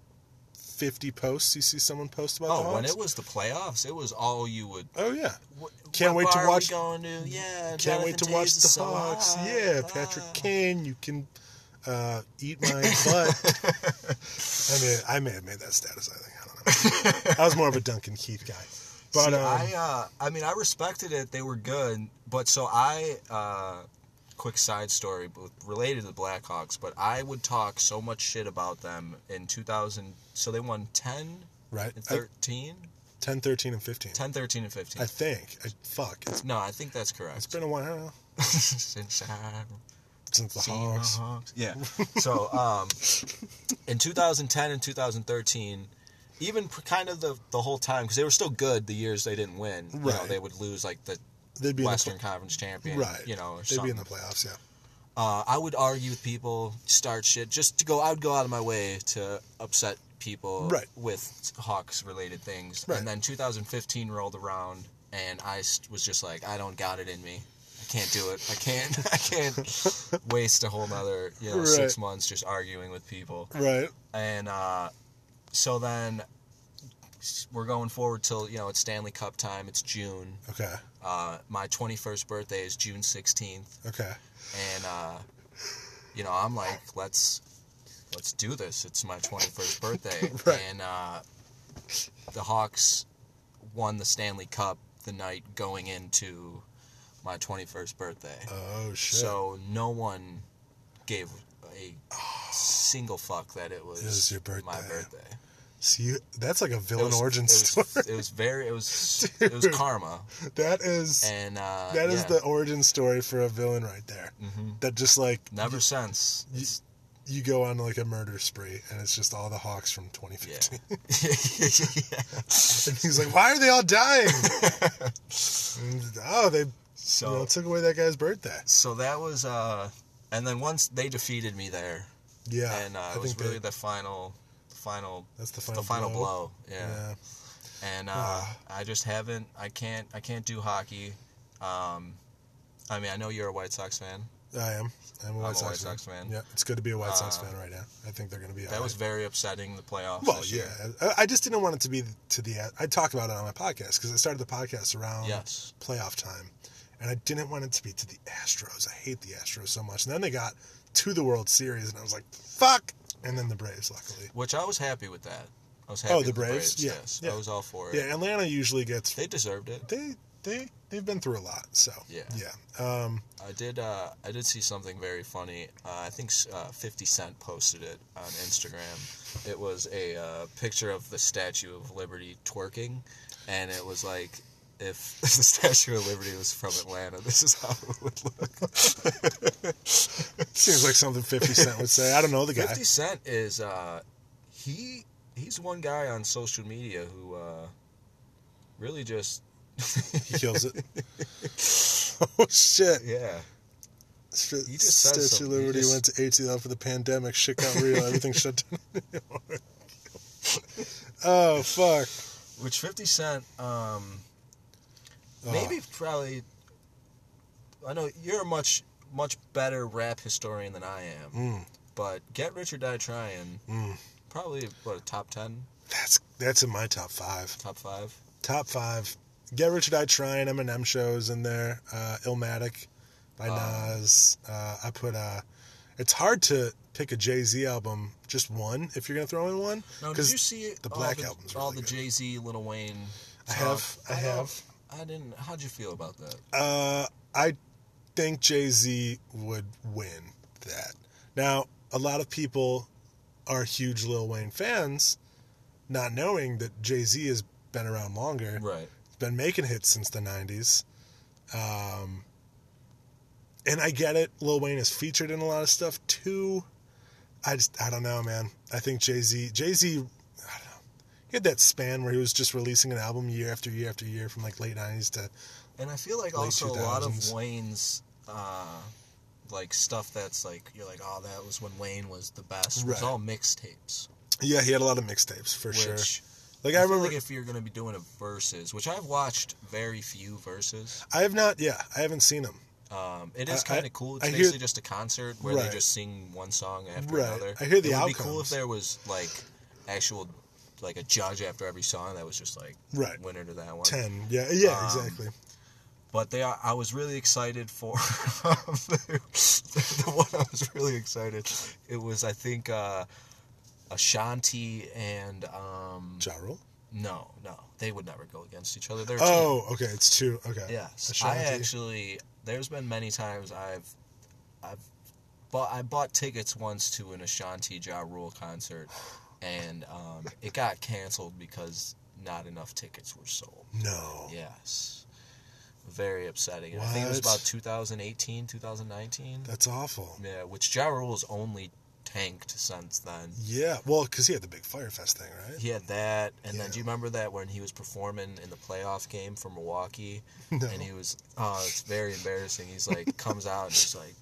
[SPEAKER 1] 50 posts, you see someone post about the
[SPEAKER 2] Oh,
[SPEAKER 1] Hawks.
[SPEAKER 2] when it was the playoffs, it was all you would.
[SPEAKER 1] oh, yeah.
[SPEAKER 2] What,
[SPEAKER 1] Can't
[SPEAKER 2] what
[SPEAKER 1] wait to
[SPEAKER 2] bar are we
[SPEAKER 1] watch-
[SPEAKER 2] Going to? Yeah,
[SPEAKER 1] Can't wait to
[SPEAKER 2] Jonathan
[SPEAKER 1] watch
[SPEAKER 2] Taves
[SPEAKER 1] the
[SPEAKER 2] is so
[SPEAKER 1] Hawks.
[SPEAKER 2] hot.
[SPEAKER 1] Yeah, Patrick
[SPEAKER 2] Ah.
[SPEAKER 1] Kane, you can uh, eat my butt. I mean, I may have made that status. I think I don't know. I was more of a Duncan Keith guy, but
[SPEAKER 2] See,
[SPEAKER 1] um,
[SPEAKER 2] I, uh, I mean, I respected it. They were good, but so I, uh, quick side story but related to the Blackhawks, but I would talk so much shit about them in 2000. So they won 10
[SPEAKER 1] right
[SPEAKER 2] and
[SPEAKER 1] I,
[SPEAKER 2] 13,
[SPEAKER 1] 10, 13, and fifteen.
[SPEAKER 2] 10, 13, and 15.
[SPEAKER 1] I think. I, fuck, it's
[SPEAKER 2] no, I think that's
[SPEAKER 1] it's
[SPEAKER 2] correct.
[SPEAKER 1] been a while
[SPEAKER 2] Since I've
[SPEAKER 1] since the
[SPEAKER 2] seen
[SPEAKER 1] Hawks.
[SPEAKER 2] Yeah. so um, in 2010 and 2013, even pr- kind of the the whole time because they were still good. The years they didn't win, you know,
[SPEAKER 1] Right.
[SPEAKER 2] they would lose like the
[SPEAKER 1] They'd be
[SPEAKER 2] Western
[SPEAKER 1] in
[SPEAKER 2] Conference
[SPEAKER 1] the
[SPEAKER 2] champion,
[SPEAKER 1] pl- right.
[SPEAKER 2] You know, or
[SPEAKER 1] they'd
[SPEAKER 2] something.
[SPEAKER 1] be in the playoffs. Yeah,
[SPEAKER 2] uh, I would argue with people, start shit, just to go. I would go out of my way to upset people
[SPEAKER 1] Right.
[SPEAKER 2] with Hawks related things.
[SPEAKER 1] Right.
[SPEAKER 2] And then 2015 rolled around, and I s- was just like, I don't got it in me. I can't do it. I can't. I can't waste a whole nother you know six
[SPEAKER 1] Right.
[SPEAKER 2] months just arguing with people.
[SPEAKER 1] right.
[SPEAKER 2] And uh, so then s- we're going forward till you know it's Stanley Cup time. It's June.
[SPEAKER 1] Okay,
[SPEAKER 2] Uh, my 21st birthday is June 16th
[SPEAKER 1] okay.
[SPEAKER 2] and uh, you know I'm like let's let's do this it's my 21st birthday
[SPEAKER 1] Right.
[SPEAKER 2] and uh, the Hawks won the Stanley Cup the night going into my 21st birthday
[SPEAKER 1] Oh shit.
[SPEAKER 2] so no one gave a single fuck that it was
[SPEAKER 1] This is your
[SPEAKER 2] my
[SPEAKER 1] birthday.
[SPEAKER 2] birthday
[SPEAKER 1] see, that's like a
[SPEAKER 2] it
[SPEAKER 1] villain
[SPEAKER 2] was,
[SPEAKER 1] origin
[SPEAKER 2] it was,
[SPEAKER 1] story.
[SPEAKER 2] it was very it was it was karma
[SPEAKER 1] that is.
[SPEAKER 2] and uh,
[SPEAKER 1] That is
[SPEAKER 2] yeah, Mm-hmm.
[SPEAKER 1] the origin story for a villain right there. That just like
[SPEAKER 2] never since
[SPEAKER 1] you,
[SPEAKER 2] it's-
[SPEAKER 1] you go on like a murder spree, and it's just all the Hawks from 2015.
[SPEAKER 2] yeah.
[SPEAKER 1] and he's like, "Why are they all dying?" And, oh, they you
[SPEAKER 2] so
[SPEAKER 1] know, took away that guy's birthday.
[SPEAKER 2] so that was uh and then once they defeated me there
[SPEAKER 1] Yeah,
[SPEAKER 2] and uh, it was
[SPEAKER 1] they-
[SPEAKER 2] really the final the final
[SPEAKER 1] that's the final
[SPEAKER 2] the final blow, yeah.
[SPEAKER 1] Yeah,
[SPEAKER 2] and uh
[SPEAKER 1] Ah.
[SPEAKER 2] i just haven't i can't i can't do hockey um i mean i know you're a white sox fan
[SPEAKER 1] I am. I'm a White,
[SPEAKER 2] a
[SPEAKER 1] Sox,
[SPEAKER 2] White
[SPEAKER 1] fan.
[SPEAKER 2] Sox fan.
[SPEAKER 1] Yeah, it's good to be a White Sox
[SPEAKER 2] Uh,
[SPEAKER 1] fan right now. I think they're going to be.
[SPEAKER 2] that was very upsetting the playoffs
[SPEAKER 1] well,
[SPEAKER 2] this
[SPEAKER 1] yeah.
[SPEAKER 2] year.
[SPEAKER 1] I, I just didn't want it to be to the. I talk about it on my podcast because I started the podcast around
[SPEAKER 2] yes
[SPEAKER 1] playoff time, and I didn't want it to be to the Astros. I hate the Astros so much. And then they got to the World Series, and I was like, "Fuck!" And then the Braves, luckily.
[SPEAKER 2] which i was happy with that i was happy with
[SPEAKER 1] Oh, the Braves? Yeah,
[SPEAKER 2] yes
[SPEAKER 1] yeah.
[SPEAKER 2] i was all for it
[SPEAKER 1] Yeah, Atlanta usually gets
[SPEAKER 2] they deserved it
[SPEAKER 1] they they they've been through a lot, so
[SPEAKER 2] Yeah.
[SPEAKER 1] yeah. Um,
[SPEAKER 2] I did. Uh, I did see something very funny. Uh, I think uh, Fifty Cent posted it on Instagram. It was a uh, picture of the Statue of Liberty twerking, and it was like, if the Statue of Liberty was from Atlanta, this is how it would look.
[SPEAKER 1] seems like something Fifty Cent would say. I don't know the guy.
[SPEAKER 2] Fifty Cent is. Uh, he he's one guy on social media who uh, really just
[SPEAKER 1] He kills it. oh shit!
[SPEAKER 2] yeah.
[SPEAKER 1] St-
[SPEAKER 2] He just says
[SPEAKER 1] Statue
[SPEAKER 2] something.
[SPEAKER 1] of
[SPEAKER 2] He
[SPEAKER 1] Liberty
[SPEAKER 2] just-
[SPEAKER 1] went to ATL for the pandemic. Shit got real. Everything shut down. oh fuck!
[SPEAKER 2] Which Fifty Cent, um,
[SPEAKER 1] Oh.
[SPEAKER 2] maybe probably. I know you're a much much better rap historian than I am,
[SPEAKER 1] Mm.
[SPEAKER 2] but Get Rich or Die Trying,
[SPEAKER 1] Mm.
[SPEAKER 2] probably what a top ten,
[SPEAKER 1] That's that's in my top five.
[SPEAKER 2] top five.
[SPEAKER 1] Top five. Get Rich or Die Trying. Eminem shows in there. Uh, Illmatic by
[SPEAKER 2] Uh.
[SPEAKER 1] Nas. Uh, I put. Uh, it's hard to pick a Jay Z album, just one. If you're gonna throw in one,
[SPEAKER 2] Now, did
[SPEAKER 1] 'Cause
[SPEAKER 2] you see
[SPEAKER 1] the
[SPEAKER 2] all
[SPEAKER 1] Black
[SPEAKER 2] the,
[SPEAKER 1] Album's
[SPEAKER 2] all
[SPEAKER 1] really
[SPEAKER 2] the
[SPEAKER 1] good.
[SPEAKER 2] Jay Z, Lil Wayne?
[SPEAKER 1] I
[SPEAKER 2] talk?
[SPEAKER 1] have. I
[SPEAKER 2] don't-
[SPEAKER 1] have.
[SPEAKER 2] I didn't. How'd you feel about that?
[SPEAKER 1] Uh, I think Jay Z would win that. Now, a lot of people are huge Lil Wayne fans, not knowing that Jay Z has been around longer,
[SPEAKER 2] Right.
[SPEAKER 1] been making hits since the 90s. Um, and I get it. Lil Wayne is featured in a lot of stuff too. I just, I don't know, man. I think Jay Z, Jay Z, I don't know. He had that span where he was just releasing an album year after year after year from like late 90s to
[SPEAKER 2] And I feel like
[SPEAKER 1] Late
[SPEAKER 2] also a lot of
[SPEAKER 1] 2000s.
[SPEAKER 2] Wayne's, uh, like stuff that's like you're like, oh, that was when Wayne was the best. It was
[SPEAKER 1] Right.
[SPEAKER 2] all mixtapes.
[SPEAKER 1] Yeah, he had a lot of mixtapes for
[SPEAKER 2] Which
[SPEAKER 1] sure. Like
[SPEAKER 2] I,
[SPEAKER 1] I,
[SPEAKER 2] feel
[SPEAKER 1] remember,
[SPEAKER 2] like if you're gonna be doing a verses, which I've watched very few verses.
[SPEAKER 1] I have not. Yeah, I haven't seen him.
[SPEAKER 2] Um, it is
[SPEAKER 1] I- I-
[SPEAKER 2] kind of cool. It's
[SPEAKER 1] I hear-
[SPEAKER 2] basically just a concert where
[SPEAKER 1] Right.
[SPEAKER 2] they just sing one song after
[SPEAKER 1] Right.
[SPEAKER 2] another.
[SPEAKER 1] I hear the
[SPEAKER 2] It would be cool
[SPEAKER 1] outcomes.
[SPEAKER 2] if there was like actual, like a judge after every song that was just like
[SPEAKER 1] Right,
[SPEAKER 2] winner to that one.
[SPEAKER 1] ten. Yeah, yeah,
[SPEAKER 2] Um,
[SPEAKER 1] exactly.
[SPEAKER 2] but they are, I was really excited for the, the one I was really excited. It was I think uh, Ashanti and um,
[SPEAKER 1] Ja Rule?
[SPEAKER 2] no, no, they would never go against each other. They're a team.
[SPEAKER 1] Oh, okay, it's two. Okay.
[SPEAKER 2] yes,
[SPEAKER 1] Ashanti.
[SPEAKER 2] I actually there's been many times I've I've bought I bought tickets once to an Ashanti Ja Rule concert, and um, it got canceled because not enough tickets were sold.
[SPEAKER 1] No.
[SPEAKER 2] Yes. Very upsetting. And I think it was
[SPEAKER 1] What?
[SPEAKER 2] about 2018, 2019.
[SPEAKER 1] That's awful.
[SPEAKER 2] yeah, which Ja Rule's only tanked since then.
[SPEAKER 1] Yeah. Well, because he had the big Firefest thing, right?
[SPEAKER 2] He had that, and then
[SPEAKER 1] Yeah.
[SPEAKER 2] do you remember that when he was performing in the playoff game for Milwaukee?
[SPEAKER 1] No.
[SPEAKER 2] And he was, oh, it's very embarrassing. He's like, comes out and he's like,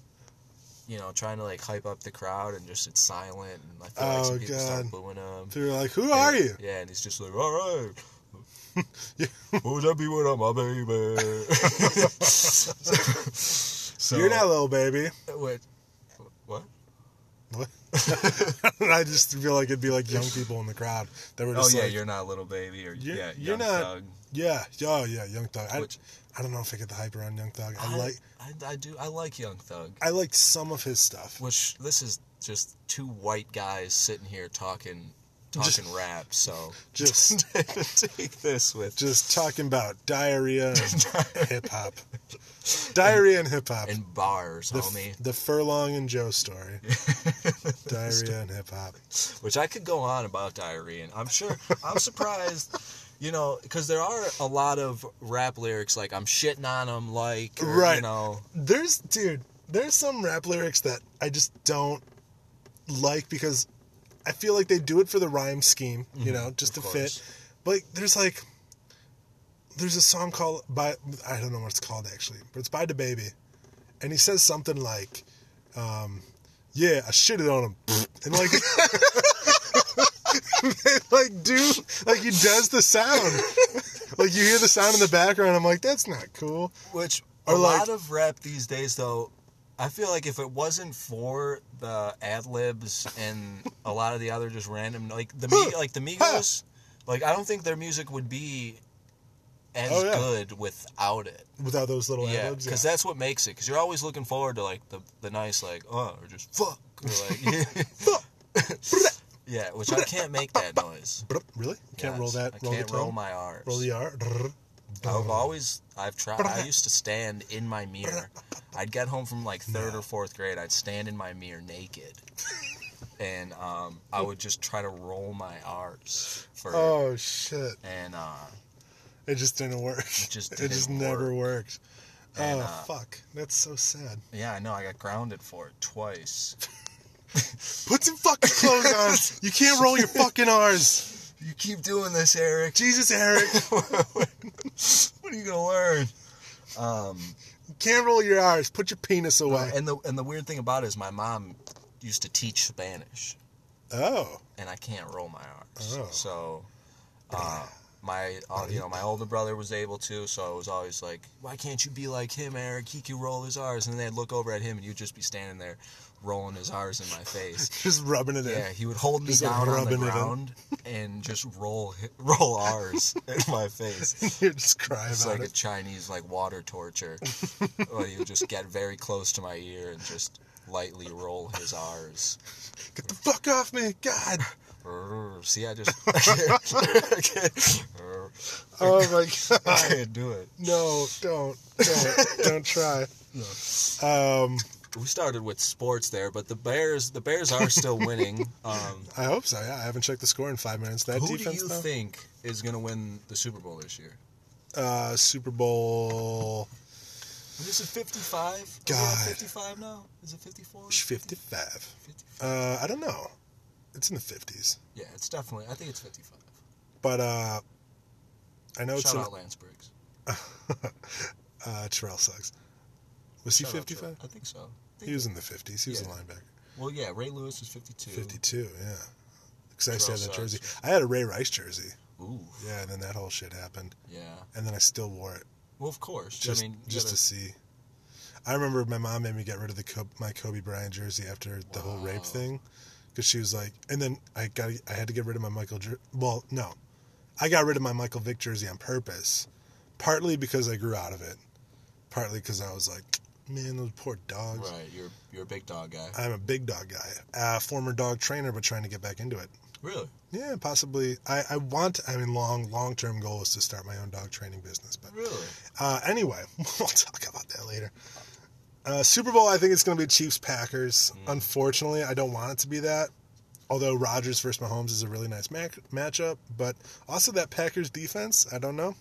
[SPEAKER 2] you know, trying to like hype up the crowd, and just it's silent, and I feel like
[SPEAKER 1] Oh,
[SPEAKER 2] some people start
[SPEAKER 1] God.
[SPEAKER 2] booing him.
[SPEAKER 1] They were like, "Who are you?"
[SPEAKER 2] Yeah, and he's just like, all right.
[SPEAKER 1] Yeah.
[SPEAKER 2] what would that be without my baby? so, uh,
[SPEAKER 1] You're not little baby.
[SPEAKER 2] What? What?
[SPEAKER 1] What? I just feel like it'd be like young people in the crowd that were
[SPEAKER 2] Oh
[SPEAKER 1] just
[SPEAKER 2] yeah,
[SPEAKER 1] like,
[SPEAKER 2] you're not little baby or
[SPEAKER 1] You're-
[SPEAKER 2] yeah,
[SPEAKER 1] you're
[SPEAKER 2] young
[SPEAKER 1] not-
[SPEAKER 2] thug.
[SPEAKER 1] yeah, yeah, yeah, Young Thug. I,
[SPEAKER 2] Which-
[SPEAKER 1] I don't know if I get the hype around Young Thug. I, like,
[SPEAKER 2] I, I do I like young thug.
[SPEAKER 1] I liked some of his stuff.
[SPEAKER 2] Which this is just two white guys sitting here talking
[SPEAKER 1] Just-
[SPEAKER 2] talking rap. So
[SPEAKER 1] Just,
[SPEAKER 2] take this with
[SPEAKER 1] just talking about diarrhea and hip hop. Diarrhea and hip hop.
[SPEAKER 2] and bars,
[SPEAKER 1] The,
[SPEAKER 2] homie.
[SPEAKER 1] f- the Furlong and Joe story. Diarrhea and hip hop.
[SPEAKER 2] which I could go on about diarrhea. And I'm sure I'm surprised, you know, because there are a lot of rap lyrics like I'm shitting on them, like or,
[SPEAKER 1] Right.
[SPEAKER 2] You know,
[SPEAKER 1] There's, dude, there's some rap lyrics that I just don't like because I feel like they do it for the rhyme scheme, you know, just to
[SPEAKER 2] Mm-hmm. of
[SPEAKER 1] fit.
[SPEAKER 2] course.
[SPEAKER 1] But there's like, there's a song called by I don't know what it's called actually, but it's by the baby, and he says something like, um, "Yeah, I shitted on him," and like, like dude, like he does the sound, like you hear the sound in the background. I'm like, that's not cool.
[SPEAKER 2] which
[SPEAKER 1] Or
[SPEAKER 2] a
[SPEAKER 1] like-
[SPEAKER 2] lot of rap these days though. I feel like if it wasn't for the ad libs and a lot of the other just random like the Mi- like the Migos, like I don't think their music would be as
[SPEAKER 1] Oh, yeah.
[SPEAKER 2] good without it.
[SPEAKER 1] Without those little
[SPEAKER 2] Yeah,
[SPEAKER 1] ad-libs,
[SPEAKER 2] because that's what makes it. Because you're always looking forward to like the, the nice like oh or just fuck or like yeah, which I can't make that noise.
[SPEAKER 1] Bruh, Really? Can't
[SPEAKER 2] Yes,
[SPEAKER 1] roll that.
[SPEAKER 2] I
[SPEAKER 1] roll
[SPEAKER 2] can't
[SPEAKER 1] the
[SPEAKER 2] roll
[SPEAKER 1] tongue?
[SPEAKER 2] my R's.
[SPEAKER 1] Roll the R.
[SPEAKER 2] I've always I've tried. I used to stand in my mirror. I'd get home from like third or fourth grade. I'd stand in my mirror naked, and um, I would just try to roll my R's for
[SPEAKER 1] Oh shit!
[SPEAKER 2] and uh,
[SPEAKER 1] It just didn't work.
[SPEAKER 2] it just
[SPEAKER 1] it just
[SPEAKER 2] didn't
[SPEAKER 1] never
[SPEAKER 2] work.
[SPEAKER 1] worked.
[SPEAKER 2] And,
[SPEAKER 1] oh
[SPEAKER 2] uh,
[SPEAKER 1] fuck! That's so sad.
[SPEAKER 2] Yeah, I know. I got grounded for it twice.
[SPEAKER 1] Put some fucking clothes on. You can't roll your fucking R's.
[SPEAKER 2] You keep doing this, Eric.
[SPEAKER 1] Jesus, Eric.
[SPEAKER 2] What are you gonna learn?
[SPEAKER 1] You can't roll your R's. Put your penis away.
[SPEAKER 2] Uh, And the and the weird thing about it is my mom used to teach Spanish,
[SPEAKER 1] Oh.
[SPEAKER 2] and I can't roll my R's.
[SPEAKER 1] Oh.
[SPEAKER 2] So, uh, my uh, you know my older brother was able to, so I was always like, why can't you be like him, Eric? He can roll his R's, and then they'd look over at him, and you'd just be standing there, rolling his R's in my face.
[SPEAKER 1] Just rubbing it
[SPEAKER 2] Yeah,
[SPEAKER 1] in.
[SPEAKER 2] he would hold me
[SPEAKER 1] Just, like,
[SPEAKER 2] down on the
[SPEAKER 1] rubbing it in.
[SPEAKER 2] ground and just roll hi- roll R's in my face.
[SPEAKER 1] You're just crying
[SPEAKER 2] It's
[SPEAKER 1] about
[SPEAKER 2] like a
[SPEAKER 1] it.
[SPEAKER 2] Chinese like water torture. Well, he would just get very close to my ear and just lightly roll his R's.
[SPEAKER 1] Get the fuck off me. God.
[SPEAKER 2] Rrr. See, I just I can't, I can't, Rrr.
[SPEAKER 1] Oh, my
[SPEAKER 2] I
[SPEAKER 1] God.
[SPEAKER 2] can't do it.
[SPEAKER 1] No, don't. Don't. don't try. Um,
[SPEAKER 2] We started with sports there, but the Bears the Bears are still winning. Um,
[SPEAKER 1] I hope so. Yeah, I haven't checked the score in five minutes. That
[SPEAKER 2] who do
[SPEAKER 1] defense,
[SPEAKER 2] you
[SPEAKER 1] though?
[SPEAKER 2] think is going to win the Super Bowl this year?
[SPEAKER 1] uh, Super Bowl
[SPEAKER 2] Is it 55?
[SPEAKER 1] God.
[SPEAKER 2] 55 now? Is it 54?
[SPEAKER 1] 55. Uh, I don't know. It's in the 50s.
[SPEAKER 2] Yeah, it's definitely. I think it's 55.
[SPEAKER 1] But uh, I know it's
[SPEAKER 2] Shout
[SPEAKER 1] in,
[SPEAKER 2] out Lance Briggs.
[SPEAKER 1] uh, Terrell sucks. Was he
[SPEAKER 2] Shout out
[SPEAKER 1] 55?
[SPEAKER 2] Joe. I think so. I think-
[SPEAKER 1] He was in the 50s. He was
[SPEAKER 2] Yeah.
[SPEAKER 1] a linebacker.
[SPEAKER 2] well, yeah. Ray Lewis is 52.
[SPEAKER 1] 52, yeah. Because I used to have
[SPEAKER 2] Terrell
[SPEAKER 1] that
[SPEAKER 2] sucks.
[SPEAKER 1] jersey. I had a Ray Rice jersey.
[SPEAKER 2] Ooh,
[SPEAKER 1] Yeah, and then that whole shit happened.
[SPEAKER 2] yeah.
[SPEAKER 1] And then I still wore it
[SPEAKER 2] Well, of course.
[SPEAKER 1] just,
[SPEAKER 2] I mean, you
[SPEAKER 1] just
[SPEAKER 2] gotta-
[SPEAKER 1] to see. I remember my mom made me get rid of the Kobe, my Kobe Bryant jersey after the whole rape
[SPEAKER 2] Wow.
[SPEAKER 1] thing, because she was like, and then I got I had to get rid of my Michael. Jer- well, no, I got rid of my Michael Vick jersey on purpose, partly because I grew out of it, partly because I was like, man, those poor dogs.
[SPEAKER 2] right. You're you're a big dog guy.
[SPEAKER 1] I'm a big dog guy, uh, former dog trainer, but trying to get back into it.
[SPEAKER 2] really?
[SPEAKER 1] Yeah, possibly. I, I want. I mean, long long term goal is to start my own dog training business, but
[SPEAKER 2] Really?
[SPEAKER 1] uh, anyway, we'll talk about that later. Uh, Super Bowl, I think it's going to be Chiefs Packers.
[SPEAKER 2] Mm.
[SPEAKER 1] Unfortunately, I don't want it to be that. Although Rodgers versus Mahomes is a really nice mac- matchup, but also that Packers defense, I don't know.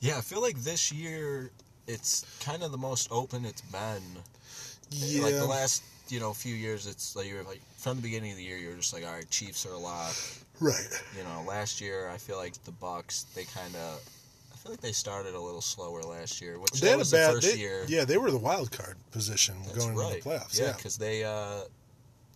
[SPEAKER 2] Yeah. I feel like this year it's kind of the most open it's been.
[SPEAKER 1] Yeah,
[SPEAKER 2] Like the last you know few years, it's like you're like from the beginning of the year, you're just like, all right, Chiefs are a lot.
[SPEAKER 1] right.
[SPEAKER 2] you know, last year I feel like the Bucks they kind of I feel like they started a little slower last year, which
[SPEAKER 1] They
[SPEAKER 2] that
[SPEAKER 1] had a
[SPEAKER 2] was
[SPEAKER 1] bad.
[SPEAKER 2] the first
[SPEAKER 1] they-
[SPEAKER 2] year.
[SPEAKER 1] Yeah, they were the wild card position
[SPEAKER 2] that's
[SPEAKER 1] going
[SPEAKER 2] right.
[SPEAKER 1] into the playoffs.
[SPEAKER 2] yeah,
[SPEAKER 1] Yeah,
[SPEAKER 2] because they uh,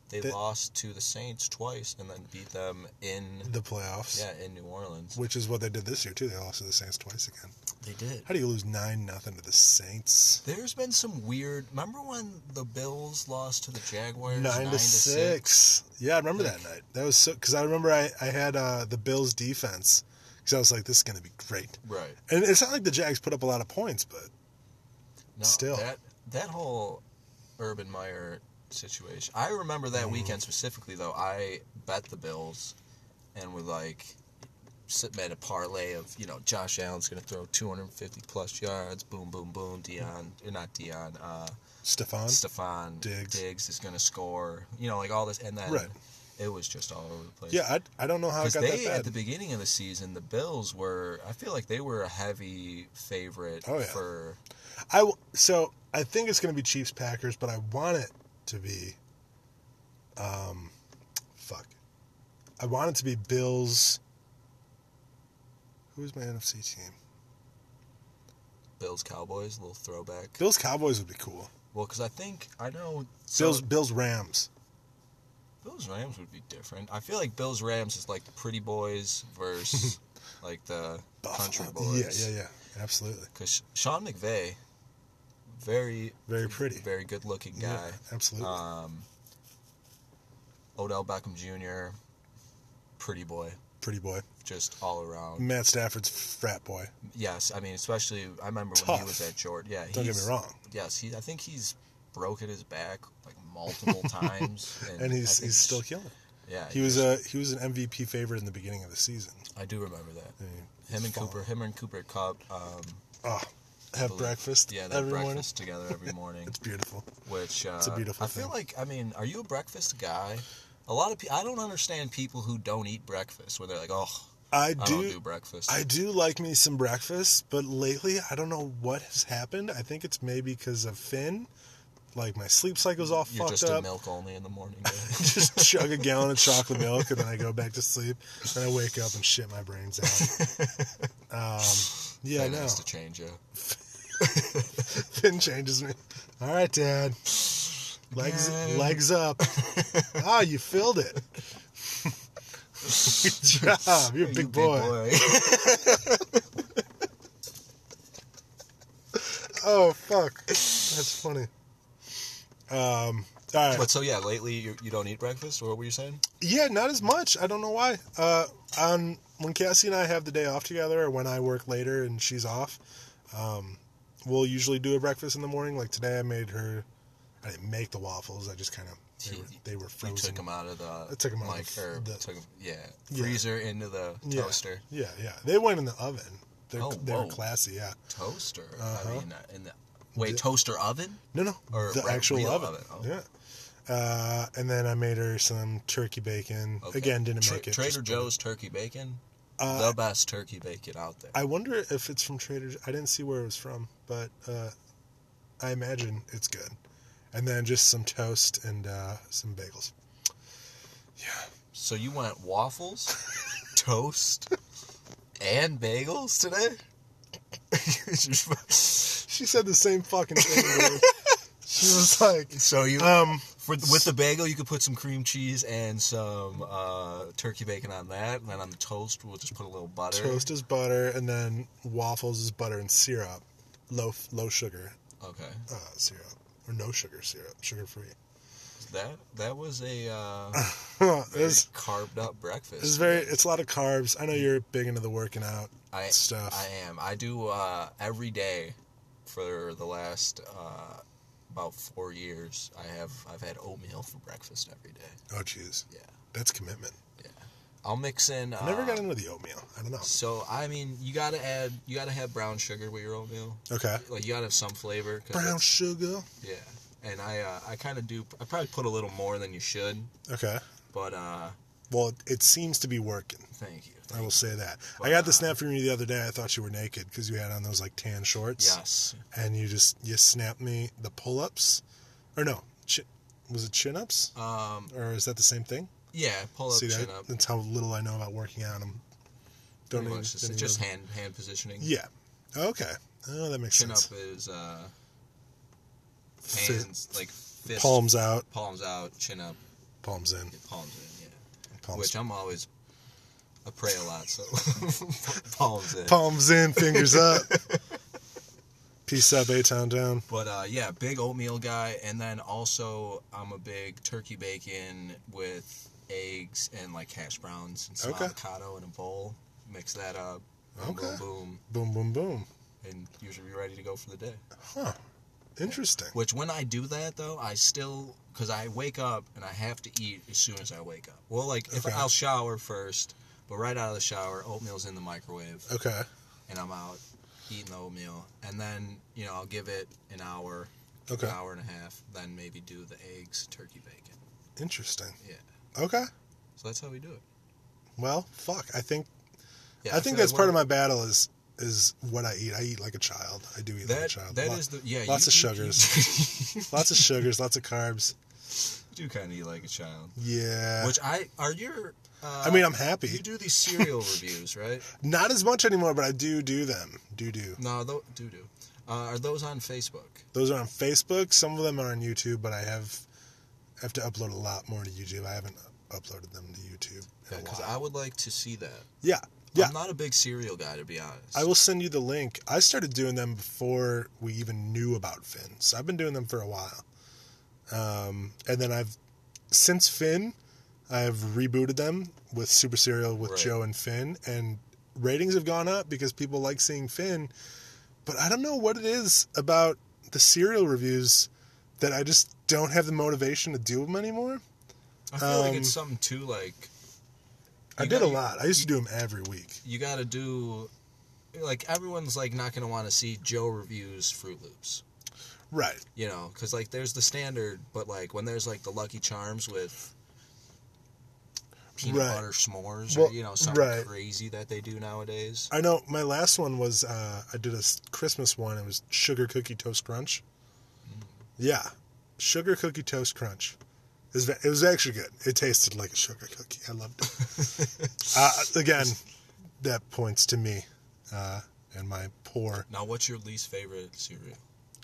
[SPEAKER 2] they
[SPEAKER 1] They-
[SPEAKER 2] lost to the Saints twice and then beat them in
[SPEAKER 1] the playoffs.
[SPEAKER 2] yeah in New Orleans.
[SPEAKER 1] Which is what they did this year too. They lost to the Saints twice again.
[SPEAKER 2] They did.
[SPEAKER 1] How do you lose nine nothing to the Saints?
[SPEAKER 2] There's been some weird. Remember when the Bills lost to the Jaguars
[SPEAKER 1] nine, to six. Yeah, I remember that night. That was so because I remember I I had uh, the Bills defense because I was like, this is gonna be great.
[SPEAKER 2] Right.
[SPEAKER 1] And it's not like the Jags put up a lot of points, but
[SPEAKER 2] No,
[SPEAKER 1] Still.
[SPEAKER 2] that that whole Urban Meyer situation. I remember
[SPEAKER 1] Mm.
[SPEAKER 2] that weekend specifically though. I bet the Bills, and we like submit a parlay of you know Josh Allen's going to throw 250 plus yards. Boom, boom, boom. Dion, or not Dion. Uh,
[SPEAKER 1] Stefan,
[SPEAKER 2] Stefan
[SPEAKER 1] Diggs.
[SPEAKER 2] is going to score. You know, like all this, and then
[SPEAKER 1] Right.
[SPEAKER 2] it was just all over the place.
[SPEAKER 1] yeah, I, I don't know how it
[SPEAKER 2] Because
[SPEAKER 1] got
[SPEAKER 2] they
[SPEAKER 1] that
[SPEAKER 2] at
[SPEAKER 1] bad.
[SPEAKER 2] the beginning of the season, the Bills were. I feel like they were a heavy favorite
[SPEAKER 1] Oh, yeah.
[SPEAKER 2] for.
[SPEAKER 1] I w- so I think it's gonna be Chiefs Packers, but I want it to be, um, fuck, I want it to be Bills. Who is my NFC team?
[SPEAKER 2] Bills Cowboys, a little throwback.
[SPEAKER 1] Bills Cowboys would be cool.
[SPEAKER 2] Well, because I think I know so
[SPEAKER 1] Bills Bills Rams.
[SPEAKER 2] Bills Rams would be different. I feel like Bills Rams is like the pretty boys versus like the country
[SPEAKER 1] Buffalo.
[SPEAKER 2] boys.
[SPEAKER 1] Yeah, yeah, yeah. Absolutely.
[SPEAKER 2] Because Sean McVay, very
[SPEAKER 1] Very pretty.
[SPEAKER 2] very good looking
[SPEAKER 1] Yeah,
[SPEAKER 2] guy.
[SPEAKER 1] absolutely.
[SPEAKER 2] Um, Odell Beckham Jr., pretty boy,
[SPEAKER 1] pretty boy.
[SPEAKER 2] just all around.
[SPEAKER 1] Matt Stafford's frat boy.
[SPEAKER 2] Yes, I mean especially I remember when
[SPEAKER 1] Tough.
[SPEAKER 2] he was at Jordan. Yeah,
[SPEAKER 1] Don't get
[SPEAKER 2] he's-
[SPEAKER 1] me wrong.
[SPEAKER 2] Yes, he. I think he's broken his back like multiple times,
[SPEAKER 1] And
[SPEAKER 2] I
[SPEAKER 1] he's
[SPEAKER 2] think
[SPEAKER 1] he's still killing. it.
[SPEAKER 2] Yeah,
[SPEAKER 1] He was a he was an MVP favorite in the beginning of the season.
[SPEAKER 2] I do remember that.
[SPEAKER 1] I mean,
[SPEAKER 2] Him and
[SPEAKER 1] he's fallen.
[SPEAKER 2] Cooper, him and Cooper caught um,
[SPEAKER 1] Oh, have
[SPEAKER 2] believe-
[SPEAKER 1] breakfast.
[SPEAKER 2] Yeah,
[SPEAKER 1] every
[SPEAKER 2] they have
[SPEAKER 1] morning.
[SPEAKER 2] breakfast together every morning.
[SPEAKER 1] It's beautiful.
[SPEAKER 2] which uh,
[SPEAKER 1] a beautiful
[SPEAKER 2] I feel
[SPEAKER 1] thing.
[SPEAKER 2] like I mean, are you a breakfast guy? A lot of people. I don't understand people who don't eat breakfast when they're like, oh,
[SPEAKER 1] I
[SPEAKER 2] I
[SPEAKER 1] do
[SPEAKER 2] don't do breakfast.
[SPEAKER 1] I do like me some breakfast, but lately I don't know what has happened. I think it's maybe because of Finn, like my sleep cycle's all
[SPEAKER 2] You're
[SPEAKER 1] fucked
[SPEAKER 2] just a
[SPEAKER 1] up.
[SPEAKER 2] milk only in the morning.
[SPEAKER 1] just chug a gallon of chocolate milk and then I go back to sleep. And I wake up and shit my brains out. Um, yeah, I
[SPEAKER 2] That
[SPEAKER 1] know.
[SPEAKER 2] needs to change, yeah.
[SPEAKER 1] Finn changes me. All right, Dad. Legs,
[SPEAKER 2] Dad.
[SPEAKER 1] legs up. ah, you filled it. Good job. Ah, You're a big, boy. Oh fuck, that's funny. Um, all right.
[SPEAKER 2] but so yeah, lately you, you don't eat breakfast, or what were you saying?
[SPEAKER 1] Yeah, not as much. I don't know why. Uh, on when Cassie and I have the day off together, or when I work later and she's off, um, we'll usually do a breakfast in the morning. Like today, I made her. I didn't make the waffles. I just kind of they
[SPEAKER 2] You-
[SPEAKER 1] were, they were
[SPEAKER 2] You
[SPEAKER 1] frozen.
[SPEAKER 2] took them out of the
[SPEAKER 1] I took 'em out
[SPEAKER 2] like
[SPEAKER 1] of
[SPEAKER 2] or
[SPEAKER 1] the-
[SPEAKER 2] took 'em- yeah,
[SPEAKER 1] Yeah.
[SPEAKER 2] freezer into the
[SPEAKER 1] Yeah.
[SPEAKER 2] toaster.
[SPEAKER 1] Yeah, yeah. They went in the oven. They're,
[SPEAKER 2] Oh,
[SPEAKER 1] they were
[SPEAKER 2] whoa.
[SPEAKER 1] classy. Yeah.
[SPEAKER 2] Toaster.
[SPEAKER 1] Uh-huh.
[SPEAKER 2] I mean, uh, in the wait,
[SPEAKER 1] The-
[SPEAKER 2] toaster oven.
[SPEAKER 1] No, no.
[SPEAKER 2] Or
[SPEAKER 1] the
[SPEAKER 2] re-
[SPEAKER 1] actual
[SPEAKER 2] real
[SPEAKER 1] oven.
[SPEAKER 2] oven, oh.
[SPEAKER 1] Yeah. Uh, and then I made her some turkey bacon.
[SPEAKER 2] Okay.
[SPEAKER 1] Again, didn't
[SPEAKER 2] Tra-
[SPEAKER 1] make it.
[SPEAKER 2] Trader
[SPEAKER 1] just-
[SPEAKER 2] Joe's turkey bacon,
[SPEAKER 1] Uh,
[SPEAKER 2] the best turkey bacon out there.
[SPEAKER 1] I wonder if it's from Trader. Jo- I didn't see where it was from, but uh, I imagine it's good. And then just some toast and uh, some bagels.
[SPEAKER 2] so you went waffles, toast, and bagels today.
[SPEAKER 1] She said the same fucking thing. dude. she was like,
[SPEAKER 2] so you
[SPEAKER 1] um,
[SPEAKER 2] For, with the bagel, you could put some cream cheese and some uh, turkey bacon on that, and then on the toast, we'll just put a little butter.
[SPEAKER 1] toast is butter, and then waffles is butter and syrup, low low sugar
[SPEAKER 2] Okay,
[SPEAKER 1] uh, syrup or no sugar syrup, sugar free.
[SPEAKER 2] that that was a uh, very
[SPEAKER 1] it's,
[SPEAKER 2] carved up breakfast.
[SPEAKER 1] it's very it's a lot of carbs. I know you're big into the working out.
[SPEAKER 2] I,
[SPEAKER 1] stuff.
[SPEAKER 2] I am. I do uh, every day for the last uh, about four years. I have I've had oatmeal for breakfast every day.
[SPEAKER 1] Oh jeez,
[SPEAKER 2] Yeah,
[SPEAKER 1] that's commitment.
[SPEAKER 2] I'll mix in. Uh,
[SPEAKER 1] I never got into the oatmeal. I don't know.
[SPEAKER 2] So I mean, you gotta add you gotta have brown sugar with your oatmeal.
[SPEAKER 1] Okay.
[SPEAKER 2] Like you gotta have some flavor. 'cause
[SPEAKER 1] Brown
[SPEAKER 2] it's-
[SPEAKER 1] sugar.
[SPEAKER 2] Yeah, and I uh, I kind of do. I probably put a little more than you should,
[SPEAKER 1] Okay.
[SPEAKER 2] but uh,
[SPEAKER 1] Well, it seems to be working.
[SPEAKER 2] thank you.
[SPEAKER 1] I will say that. I
[SPEAKER 2] But,
[SPEAKER 1] got the
[SPEAKER 2] uh,
[SPEAKER 1] snap from you the other day. I thought you were naked because you had on those like tan shorts.
[SPEAKER 2] Yes,
[SPEAKER 1] And you just you snapped me the pull ups, or no, chi- was it chin ups,
[SPEAKER 2] um,
[SPEAKER 1] or is that the same thing?
[SPEAKER 2] yeah, pull up,
[SPEAKER 1] See
[SPEAKER 2] chin
[SPEAKER 1] that?
[SPEAKER 2] up.
[SPEAKER 1] That's how little I know about working out. I'm don't
[SPEAKER 2] pretty
[SPEAKER 1] even-
[SPEAKER 2] much. It's
[SPEAKER 1] didn't
[SPEAKER 2] just
[SPEAKER 1] even-
[SPEAKER 2] hand hand positioning.
[SPEAKER 1] yeah. Okay. Oh, that makes
[SPEAKER 2] chin up
[SPEAKER 1] sense.
[SPEAKER 2] is uh,
[SPEAKER 1] Fi-
[SPEAKER 2] hands like fist,
[SPEAKER 1] palms out,
[SPEAKER 2] palms out, chin up,
[SPEAKER 1] palms in,
[SPEAKER 2] yeah, palms in. Yeah,
[SPEAKER 1] palms.
[SPEAKER 2] which I'm always I pray a lot, so palms in.
[SPEAKER 1] palms in, fingers up. Peace up, A town down.
[SPEAKER 2] But uh, yeah, big oatmeal guy, and then also I'm a big turkey bacon with eggs and like hash browns and some
[SPEAKER 1] Okay.
[SPEAKER 2] avocado in a bowl. Mix that up. and
[SPEAKER 1] Okay.
[SPEAKER 2] Boom, boom,
[SPEAKER 1] Boom, boom, boom.
[SPEAKER 2] and you should be ready to go for the day.
[SPEAKER 1] Huh. Interesting.
[SPEAKER 2] Which when I do that though, I still because I wake up and I have to eat as soon as I wake up. Well, like if
[SPEAKER 1] Okay.
[SPEAKER 2] I'll shower first, but right out of the shower, oatmeal's in the microwave.
[SPEAKER 1] Okay.
[SPEAKER 2] and I'm out eating the oatmeal, and then you know I'll give it an hour,
[SPEAKER 1] Okay.
[SPEAKER 2] an hour and a half, then maybe do the eggs, turkey bacon.
[SPEAKER 1] Interesting.
[SPEAKER 2] Yeah.
[SPEAKER 1] Okay.
[SPEAKER 2] So that's how we do it.
[SPEAKER 1] Well, fuck. I think
[SPEAKER 2] Yeah,
[SPEAKER 1] I think
[SPEAKER 2] feel
[SPEAKER 1] that's
[SPEAKER 2] like
[SPEAKER 1] part of
[SPEAKER 2] we're-
[SPEAKER 1] my battle is is what I eat. I eat like a child. I do eat like a
[SPEAKER 2] That
[SPEAKER 1] child.
[SPEAKER 2] that
[SPEAKER 1] Lot-
[SPEAKER 2] is the yeah.
[SPEAKER 1] lots
[SPEAKER 2] you-
[SPEAKER 1] of
[SPEAKER 2] you-
[SPEAKER 1] sugars.
[SPEAKER 2] You,
[SPEAKER 1] lots of sugars, lots of carbs.
[SPEAKER 2] do kind of eat like a child.
[SPEAKER 1] Yeah.
[SPEAKER 2] Which I are your. Uh,
[SPEAKER 1] I mean, I'm happy.
[SPEAKER 2] You do these cereal reviews, right?
[SPEAKER 1] Not as much anymore, but I do do them. Do do.
[SPEAKER 2] No, tho- do do. Uh, are those on Facebook?
[SPEAKER 1] Those are on Facebook. Some of them are on YouTube, but I have I have to upload a lot more to YouTube. I haven't uploaded them to YouTube in a
[SPEAKER 2] Because
[SPEAKER 1] while.
[SPEAKER 2] I would like to see that.
[SPEAKER 1] yeah. Yeah.
[SPEAKER 2] I'm not a big cereal guy, to be honest.
[SPEAKER 1] I will send you the link. I started doing them before we even knew about Finn, so I've been doing them for a while. Um, and then I've since Finn, I have rebooted them with Super Serial with
[SPEAKER 2] Right.
[SPEAKER 1] Joe and Finn, and ratings have gone up because people like seeing Finn. But I don't know what it is about the serial reviews that I just don't have the motivation to do them anymore.
[SPEAKER 2] I feel like it's
[SPEAKER 1] um,
[SPEAKER 2] something too like.
[SPEAKER 1] I
[SPEAKER 2] You
[SPEAKER 1] did a
[SPEAKER 2] got-
[SPEAKER 1] lot. I used to do them every week.
[SPEAKER 2] you got to do like everyone's like not going to want to see Joe reviews Fruit Loops,
[SPEAKER 1] Right.
[SPEAKER 2] you know, cuz like there's the standard, but like when there's like the Lucky Charms with peanut
[SPEAKER 1] Right.
[SPEAKER 2] butter s'mores
[SPEAKER 1] Well,
[SPEAKER 2] or you know something
[SPEAKER 1] right.
[SPEAKER 2] crazy that they do nowadays.
[SPEAKER 1] I know my last one was uh, I did a s- Christmas one. It was sugar cookie toast crunch. Yeah, sugar cookie toast crunch. It was, it was actually good. It tasted like a sugar cookie. I loved it. uh, again, that points to me uh, and my poor
[SPEAKER 2] Now, what's your least favorite cereal?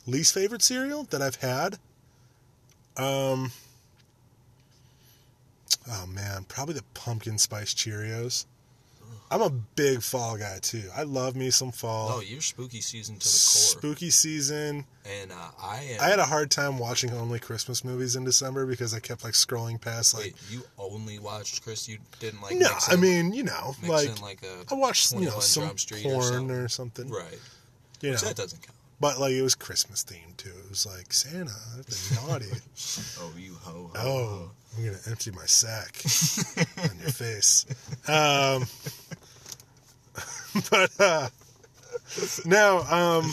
[SPEAKER 1] least favorite cereal that I've had. Um. Oh man, probably the pumpkin spice Cheerios. I'm a big fall guy too. I love me some fall.
[SPEAKER 2] Oh, you're spooky season to the core.
[SPEAKER 1] Spooky season.
[SPEAKER 2] and uh, I am.
[SPEAKER 1] I had a hard time watching only Christmas movies in December because I kept like scrolling past like
[SPEAKER 2] Wait, you only watched Chris. You didn't like.
[SPEAKER 1] no,
[SPEAKER 2] mix
[SPEAKER 1] I
[SPEAKER 2] in-
[SPEAKER 1] mean you know
[SPEAKER 2] mix
[SPEAKER 1] like,
[SPEAKER 2] in like a
[SPEAKER 1] I watched you know
[SPEAKER 2] 21
[SPEAKER 1] some
[SPEAKER 2] Jump Street or
[SPEAKER 1] porn
[SPEAKER 2] something.
[SPEAKER 1] or something,
[SPEAKER 2] right.
[SPEAKER 1] you know,
[SPEAKER 2] So that doesn't count.
[SPEAKER 1] but like it was Christmas themed too. It was like Santa, I've been naughty.
[SPEAKER 2] Oh, you ho. ho
[SPEAKER 1] oh, I'm gonna empty my sack on your face. Um, but uh, no, um,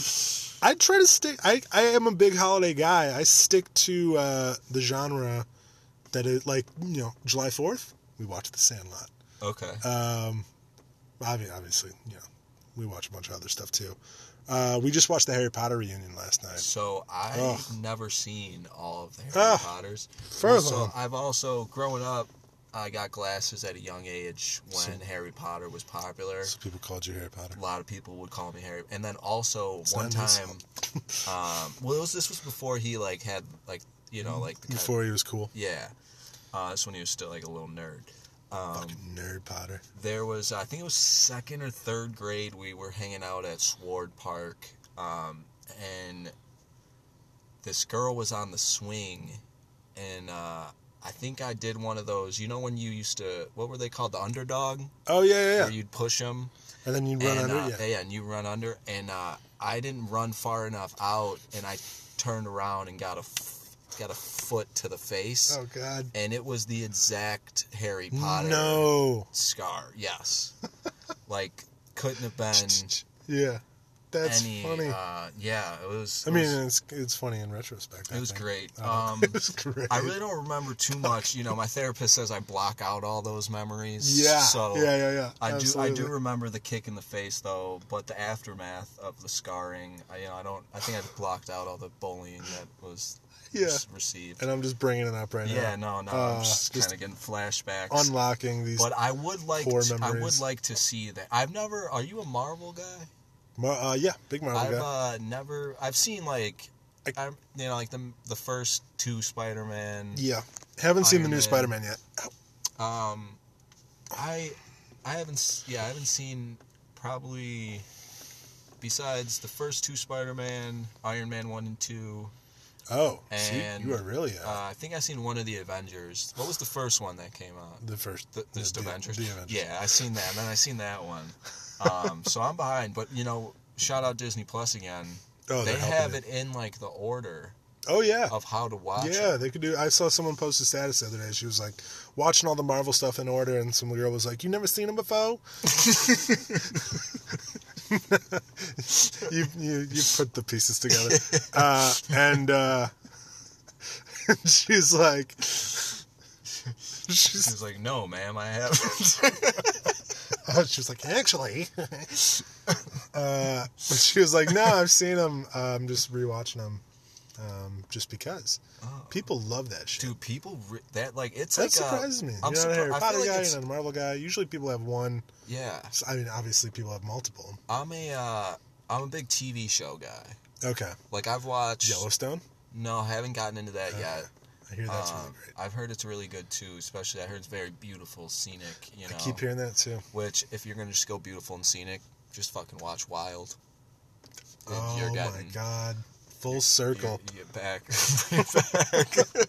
[SPEAKER 1] I try to stick. I I am a big holiday guy. I stick to uh, the genre that is like you know July Fourth. We watch The Sandlot. Um,
[SPEAKER 2] ho. Okay.
[SPEAKER 1] Obvi- Obviously, you know, we watch a bunch of other stuff too. Uh, we just watched the Harry Potter reunion last night.
[SPEAKER 2] So I've
[SPEAKER 1] Ugh. Ah,
[SPEAKER 2] never seen all of the Harry
[SPEAKER 1] Ugh.
[SPEAKER 2] Potters.
[SPEAKER 1] First of
[SPEAKER 2] so
[SPEAKER 1] all-
[SPEAKER 2] I've also growing up, I got glasses at a young age when
[SPEAKER 1] So-
[SPEAKER 2] Harry Potter was popular.
[SPEAKER 1] So people called you Harry Potter.
[SPEAKER 2] A lot of people would call me Harry. And then also one
[SPEAKER 1] not his
[SPEAKER 2] time, um, well, it was, this was before he like had like you know like the kind of-
[SPEAKER 1] Mm-hmm. Before he was cool,
[SPEAKER 2] yeah, uh, this when he was still like a little nerd. Um,
[SPEAKER 1] nerd Potter.
[SPEAKER 2] there was I think it was second or third grade. We were hanging out at Sward Park, um, and this girl was on the swing, and uh, I think I did one of those. You know when you used to what were they called the underdog?
[SPEAKER 1] Oh yeah, yeah, yeah.
[SPEAKER 2] Where you'd push them
[SPEAKER 1] And then you run
[SPEAKER 2] and
[SPEAKER 1] under
[SPEAKER 2] uh,
[SPEAKER 1] it. Yeah.
[SPEAKER 2] yeah. and you run under, and uh, I didn't run far enough out, and I turned around and got a f- got a foot to the face.
[SPEAKER 1] Oh God.
[SPEAKER 2] And it was the exact Harry Potter
[SPEAKER 1] No.
[SPEAKER 2] scar. Yes, like couldn't have been
[SPEAKER 1] Yeah. That's
[SPEAKER 2] any.
[SPEAKER 1] funny.
[SPEAKER 2] Uh, yeah, it was.
[SPEAKER 1] I
[SPEAKER 2] it
[SPEAKER 1] mean,
[SPEAKER 2] was-
[SPEAKER 1] it's it's funny in retrospect. I
[SPEAKER 2] it was
[SPEAKER 1] think.
[SPEAKER 2] great.
[SPEAKER 1] Uh,
[SPEAKER 2] Um,
[SPEAKER 1] it was great.
[SPEAKER 2] I really don't remember too much. You know, my therapist says I block out all those memories.
[SPEAKER 1] Yeah.
[SPEAKER 2] So
[SPEAKER 1] yeah. Yeah. Yeah.
[SPEAKER 2] I do. I do
[SPEAKER 1] Absolutely.
[SPEAKER 2] remember the kick in the face though, but the aftermath of the scarring. I, you know, I don't. I think I blocked out all the bullying that was
[SPEAKER 1] Yeah.
[SPEAKER 2] was received.
[SPEAKER 1] And I'm just bringing it up right
[SPEAKER 2] yeah.
[SPEAKER 1] now.
[SPEAKER 2] No. No.
[SPEAKER 1] Uh,
[SPEAKER 2] I'm just,
[SPEAKER 1] just
[SPEAKER 2] kind of getting flashbacks.
[SPEAKER 1] Unlocking these.
[SPEAKER 2] but I would like.
[SPEAKER 1] core
[SPEAKER 2] To, I would
[SPEAKER 1] memories.
[SPEAKER 2] like to see that. I've never. Are you a Marvel guy?
[SPEAKER 1] Mar- uh, yeah. Big Marvel
[SPEAKER 2] I've
[SPEAKER 1] guy.
[SPEAKER 2] uh, never. I've seen like,
[SPEAKER 1] I-
[SPEAKER 2] I, am you know, like the the first two Spider Man.
[SPEAKER 1] yeah. Haven't seen the
[SPEAKER 2] Iron
[SPEAKER 1] new
[SPEAKER 2] Man.
[SPEAKER 1] Spider-Man yet.
[SPEAKER 2] Um, I, I haven't. s- Yeah, I haven't seen probably. Besides the first two Spider Man, Iron Man one and two,
[SPEAKER 1] Oh, see,
[SPEAKER 2] And,
[SPEAKER 1] you are really uh,
[SPEAKER 2] uh, I think I seen one of the Avengers. What was the first one that came out?
[SPEAKER 1] the first.
[SPEAKER 2] The, just
[SPEAKER 1] the,
[SPEAKER 2] Avengers.
[SPEAKER 1] The Avengers.
[SPEAKER 2] Yeah, I seen that, and then I seen that one. Um, so I'm behind, but you know, shout out Disney Plus again.
[SPEAKER 1] Oh,
[SPEAKER 2] they
[SPEAKER 1] they're helping
[SPEAKER 2] have
[SPEAKER 1] it.
[SPEAKER 2] it in like the order
[SPEAKER 1] Oh yeah.
[SPEAKER 2] of how to watch. it.
[SPEAKER 1] Yeah, they could do. I saw someone post a status the other day. She was like watching all the Marvel stuff in order, and some girl was like, "You never seen them before." you you you put the pieces together, uh, and uh, she's like, she's
[SPEAKER 2] She was like, "No, ma'am, I haven't."
[SPEAKER 1] uh, she was like, actually, uh, but she was like, no, I've seen them. Uh, I'm just rewatching them, um, just because people love that shit.
[SPEAKER 2] Do people re- that like it's
[SPEAKER 1] That
[SPEAKER 2] like
[SPEAKER 1] surprises
[SPEAKER 2] a,
[SPEAKER 1] me.
[SPEAKER 2] I'm
[SPEAKER 1] you're not a
[SPEAKER 2] surpri-
[SPEAKER 1] Harry
[SPEAKER 2] I feel
[SPEAKER 1] Potter
[SPEAKER 2] like
[SPEAKER 1] guy,
[SPEAKER 2] it's-
[SPEAKER 1] you're not a Marvel guy. Usually people have one.
[SPEAKER 2] Yeah,
[SPEAKER 1] I mean, obviously people have multiple.
[SPEAKER 2] I'm a uh, I'm a big TV show guy.
[SPEAKER 1] Okay.
[SPEAKER 2] Like I've watched.
[SPEAKER 1] Yellowstone?
[SPEAKER 2] No, I haven't gotten into that yet.
[SPEAKER 1] I hear that's
[SPEAKER 2] Um,
[SPEAKER 1] really great.
[SPEAKER 2] I've heard it's really good too. Especially I heard it's very beautiful, scenic. You know,
[SPEAKER 1] I keep hearing that too.
[SPEAKER 2] which if you're gonna just go beautiful and scenic, just fucking watch Wild. And
[SPEAKER 1] Oh
[SPEAKER 2] you're
[SPEAKER 1] my
[SPEAKER 2] getting-
[SPEAKER 1] god. Full
[SPEAKER 2] You're,
[SPEAKER 1] circle.
[SPEAKER 2] you're back. You're back.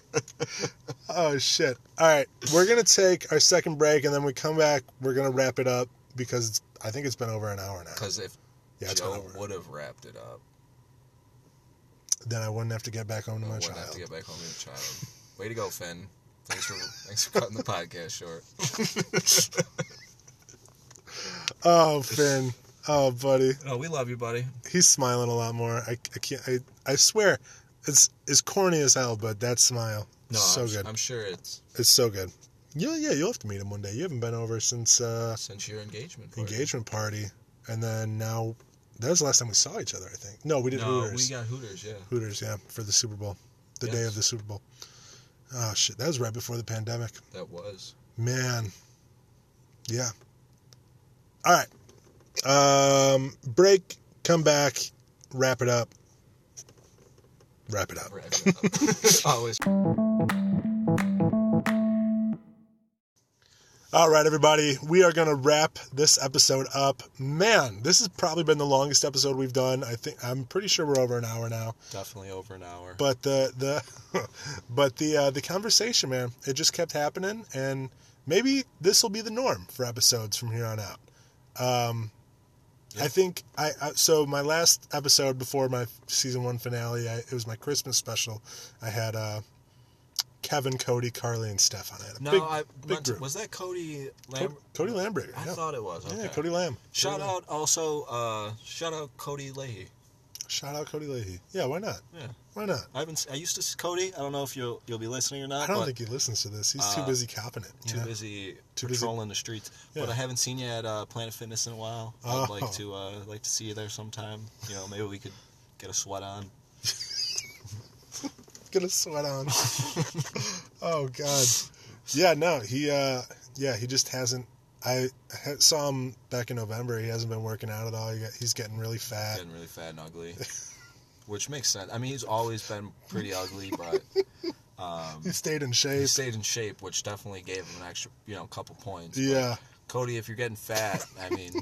[SPEAKER 1] Oh shit. All right. We're going to take our second break and then we come back. We're going to wrap it up because it's, I think it's been over an hour now.
[SPEAKER 2] Because if
[SPEAKER 1] Yeah, it's been
[SPEAKER 2] Joe
[SPEAKER 1] over.
[SPEAKER 2] would have wrapped it up,
[SPEAKER 1] Then I wouldn't have to get back home to
[SPEAKER 2] I
[SPEAKER 1] my
[SPEAKER 2] wouldn't have
[SPEAKER 1] child.
[SPEAKER 2] to get back home to the child. Way to go, Finn. Thanks for thanks for cutting the podcast short.
[SPEAKER 1] Oh, Finn. Oh, buddy.
[SPEAKER 2] No, we love you, buddy.
[SPEAKER 1] He's smiling a lot more. I, I can't. I, I swear, it's as corny as hell, but that smile,
[SPEAKER 2] No,
[SPEAKER 1] so
[SPEAKER 2] I'm,
[SPEAKER 1] good.
[SPEAKER 2] I'm sure it's
[SPEAKER 1] It's so good. Yeah, yeah, you'll have to meet him one day. You haven't been over since uh,
[SPEAKER 2] since your engagement. party.
[SPEAKER 1] engagement party, and then now that was the last time we saw each other. I think. No, we did
[SPEAKER 2] No,
[SPEAKER 1] Hooters.
[SPEAKER 2] we got Hooters. Yeah.
[SPEAKER 1] Hooters, yeah, for the Super Bowl. the day
[SPEAKER 2] Yes.
[SPEAKER 1] of the Super Bowl. Oh shit, that was right before the pandemic.
[SPEAKER 2] That was.
[SPEAKER 1] Man. Yeah. All right. Um break, come back, wrap it up. Wrap it up.
[SPEAKER 2] Wrap it up. Always.
[SPEAKER 1] All right, everybody, we are going to wrap this episode up. Man, this has probably been the longest episode we've done. I think I'm pretty sure we're over an hour now.
[SPEAKER 2] Definitely over an hour.
[SPEAKER 1] But the the but the uh, the conversation, man, it just kept happening, and maybe this will be the norm for episodes from here on out. Um, I think I, I so my last episode before my season one finale, I, it was my Christmas special. I had uh, Kevin, Cody, Carly, and Steph on it. A
[SPEAKER 2] no,
[SPEAKER 1] big-
[SPEAKER 2] I
[SPEAKER 1] big
[SPEAKER 2] meant, to-
[SPEAKER 1] group.
[SPEAKER 2] was that Cody Lamb?
[SPEAKER 1] Cody, Cody Lambrick.
[SPEAKER 2] I
[SPEAKER 1] yeah.
[SPEAKER 2] thought it was. Okay.
[SPEAKER 1] Yeah, Cody Lamb.
[SPEAKER 2] Shout
[SPEAKER 1] Cody Lamb.
[SPEAKER 2] out also, uh, shout out Cody Leahy.
[SPEAKER 1] Shout out Cody Leahy. Yeah, why not?
[SPEAKER 2] Yeah.
[SPEAKER 1] Why not?
[SPEAKER 2] I haven't. s- I used to s- Cody. I don't know if you'll you'll be listening or not.
[SPEAKER 1] I don't
[SPEAKER 2] but
[SPEAKER 1] think he listens to this. He's too
[SPEAKER 2] uh,
[SPEAKER 1] busy copping it. you
[SPEAKER 2] too
[SPEAKER 1] know?
[SPEAKER 2] busy
[SPEAKER 1] Too busy-
[SPEAKER 2] patrolling the streets.
[SPEAKER 1] Yeah.
[SPEAKER 2] But I haven't seen you at uh, Planet Fitness in a while.
[SPEAKER 1] Oh.
[SPEAKER 2] I'd like to uh, like to see you there sometime. You know, maybe we could get a sweat on.
[SPEAKER 1] Get a sweat on. oh God. Yeah, no, he. uh Yeah, he just hasn't. I ha- saw him back in November. He hasn't been working out at all. He got, he's getting really fat.
[SPEAKER 2] Getting really fat and ugly, which makes sense. I mean, he's always been pretty ugly, but um,
[SPEAKER 1] He stayed in shape.
[SPEAKER 2] he stayed in shape, which definitely gave him an extra, you know, couple points. But
[SPEAKER 1] yeah.
[SPEAKER 2] Cody, if you're getting fat, I mean,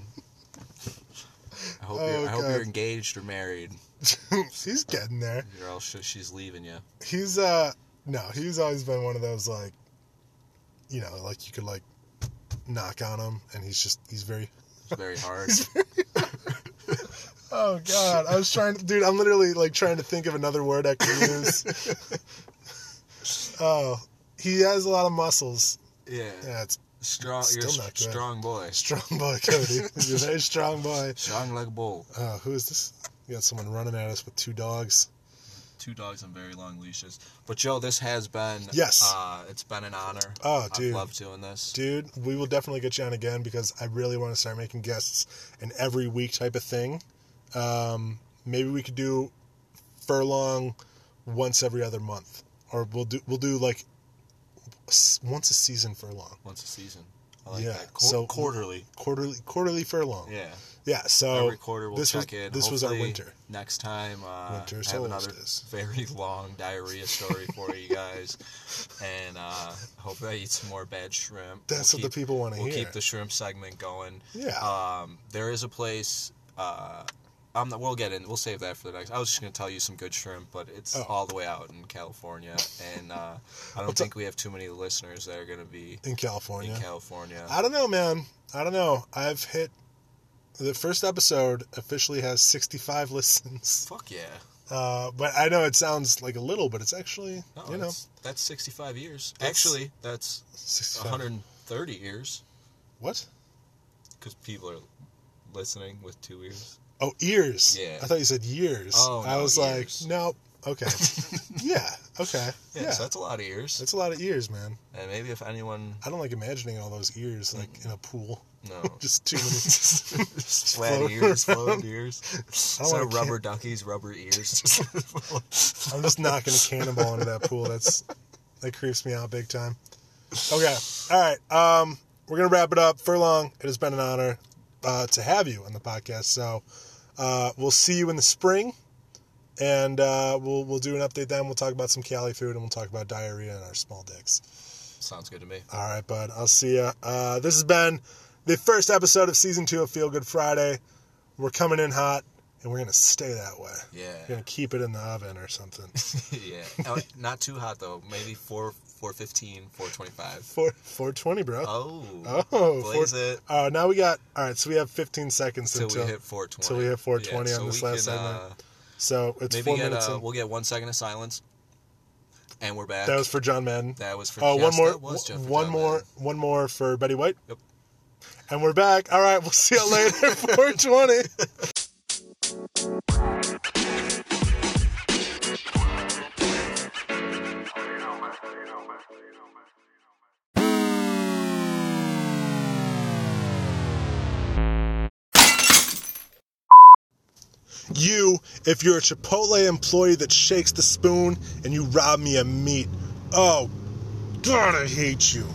[SPEAKER 2] I hope
[SPEAKER 1] Oh,
[SPEAKER 2] you're, I hope
[SPEAKER 1] God.
[SPEAKER 2] you're engaged or married,
[SPEAKER 1] he's getting there.
[SPEAKER 2] or else she- she's leaving you.
[SPEAKER 1] He's uh no, he's always been one of those like, you know, like you could like knock on him, and he's just he's very
[SPEAKER 2] It's very hard.
[SPEAKER 1] Oh God, I was trying to, dude. I'm literally like trying to think of another word I could use. oh, he has a lot of muscles.
[SPEAKER 2] yeah.
[SPEAKER 1] Yeah, it's
[SPEAKER 2] Strong, you're a
[SPEAKER 1] Still
[SPEAKER 2] s-
[SPEAKER 1] not good.
[SPEAKER 2] strong boy.
[SPEAKER 1] strong boy, Cody. He's a very strong boy.
[SPEAKER 2] Strong like a bull.
[SPEAKER 1] Oh, who is this? We got someone running at us with two dogs.
[SPEAKER 2] Two dogs on very long leashes. But Joe, this has been
[SPEAKER 1] Yes.
[SPEAKER 2] Uh, it's been an honor.
[SPEAKER 1] Oh,
[SPEAKER 2] I've
[SPEAKER 1] dude.
[SPEAKER 2] loved doing this.
[SPEAKER 1] Dude, we will definitely get you on again because I really want to start making guests an every week type of thing. Um, maybe we could do furlong once every other month, or we'll do we'll do like s- once a season furlong.
[SPEAKER 2] Once a season. I like
[SPEAKER 1] Yeah,
[SPEAKER 2] that. Qu-
[SPEAKER 1] so-
[SPEAKER 2] quarterly.
[SPEAKER 1] quarterly quarterly furlong.
[SPEAKER 2] Yeah.
[SPEAKER 1] Yeah, so
[SPEAKER 2] Every quarter we'll
[SPEAKER 1] this
[SPEAKER 2] check
[SPEAKER 1] was
[SPEAKER 2] in.
[SPEAKER 1] this was our
[SPEAKER 2] Hopefully
[SPEAKER 1] winter.
[SPEAKER 2] Next time, uh,
[SPEAKER 1] Winter
[SPEAKER 2] I have
[SPEAKER 1] solstice.
[SPEAKER 2] another very long diarrhea story for you guys, and uh, hope I eat some more bad shrimp.
[SPEAKER 1] That's what the people wanna
[SPEAKER 3] We'll
[SPEAKER 1] hear.
[SPEAKER 2] keep the shrimp segment going.
[SPEAKER 1] Yeah.
[SPEAKER 2] Um, there is a place. Uh, I'm not, we'll get in. We'll save that for the next. I was just gonna tell you some good shrimp, but it's
[SPEAKER 1] Oh.
[SPEAKER 2] all the way out in California, and uh, I don't think we have too many listeners that are gonna be
[SPEAKER 1] in California.
[SPEAKER 2] in California.
[SPEAKER 1] I don't know, man. I don't know. I've hit the first episode officially has 65 listens.
[SPEAKER 2] Fuck yeah!
[SPEAKER 1] Uh, but I know it sounds like a little, but it's actually,
[SPEAKER 2] No,
[SPEAKER 1] you know,
[SPEAKER 2] that's, that's 65 years.
[SPEAKER 1] That's-
[SPEAKER 2] Actually, that's
[SPEAKER 1] 65.
[SPEAKER 2] 130 years
[SPEAKER 1] What?
[SPEAKER 2] because people are listening with two ears.
[SPEAKER 1] Oh, ears.
[SPEAKER 2] Yeah.
[SPEAKER 1] I thought you said years.
[SPEAKER 2] Oh,
[SPEAKER 1] I
[SPEAKER 2] no,
[SPEAKER 1] was
[SPEAKER 2] ears.
[SPEAKER 1] like, nope. Okay. yeah. Okay.
[SPEAKER 2] Yeah,
[SPEAKER 1] Yeah.
[SPEAKER 2] so that's a lot of ears.
[SPEAKER 1] that's a lot of ears, man.
[SPEAKER 2] and maybe if anyone,
[SPEAKER 1] I don't like imagining all those ears like in a pool.
[SPEAKER 2] no,
[SPEAKER 1] Just too many.
[SPEAKER 2] Oh. just flat
[SPEAKER 1] float
[SPEAKER 2] ears, floating ears, instead
[SPEAKER 1] wanna
[SPEAKER 2] of rubber duckies, rubber ears.
[SPEAKER 1] I'm just knocking a cannonball into that pool. That's that creeps me out big time. Okay, all right. Um, we're gonna wrap it up. Furlong, it has been an honor uh, to have you on the podcast. So uh, we'll see you in the spring, and uh, we'll we'll do an update then. We'll talk about some Cali food, and we'll talk about diarrhea and our small dicks.
[SPEAKER 2] Sounds good to me.
[SPEAKER 1] All right, bud. I'll see ya. Uh, this has been the first episode of season two of Feel Good Friday. We're coming in hot, and we're gonna stay that way. We're
[SPEAKER 2] Yeah,
[SPEAKER 1] gonna keep it in the oven or something.
[SPEAKER 2] yeah. Oh, Not too hot though. Maybe four, four fifteen, four twenty-five.
[SPEAKER 1] Four four twenty, bro.
[SPEAKER 2] Oh,
[SPEAKER 1] Oh,
[SPEAKER 2] blaze
[SPEAKER 1] four-
[SPEAKER 2] it
[SPEAKER 1] Oh, now we got. All right, so we have 15 seconds
[SPEAKER 2] till
[SPEAKER 1] until.
[SPEAKER 2] we hit four twenty.
[SPEAKER 1] till we hit 420 on this last segment. so it's
[SPEAKER 2] uh, Maybe
[SPEAKER 1] four
[SPEAKER 2] get,
[SPEAKER 1] minutes.
[SPEAKER 2] uh,
[SPEAKER 1] in.
[SPEAKER 2] we'll get one second of silence, and we're back.
[SPEAKER 1] That was for John Madden.
[SPEAKER 2] That was for
[SPEAKER 1] Oh, one
[SPEAKER 2] yes,
[SPEAKER 1] more.
[SPEAKER 2] that was Jeff
[SPEAKER 1] w-
[SPEAKER 2] and
[SPEAKER 1] one
[SPEAKER 2] John
[SPEAKER 1] more.
[SPEAKER 2] Madden.
[SPEAKER 1] One more for Betty White.
[SPEAKER 2] Yep.
[SPEAKER 1] And we're back. All right, we'll see you later. 420. You, if you're a Chipotle employee that shakes the spoon and you rob me of meat, oh, God, I hate you.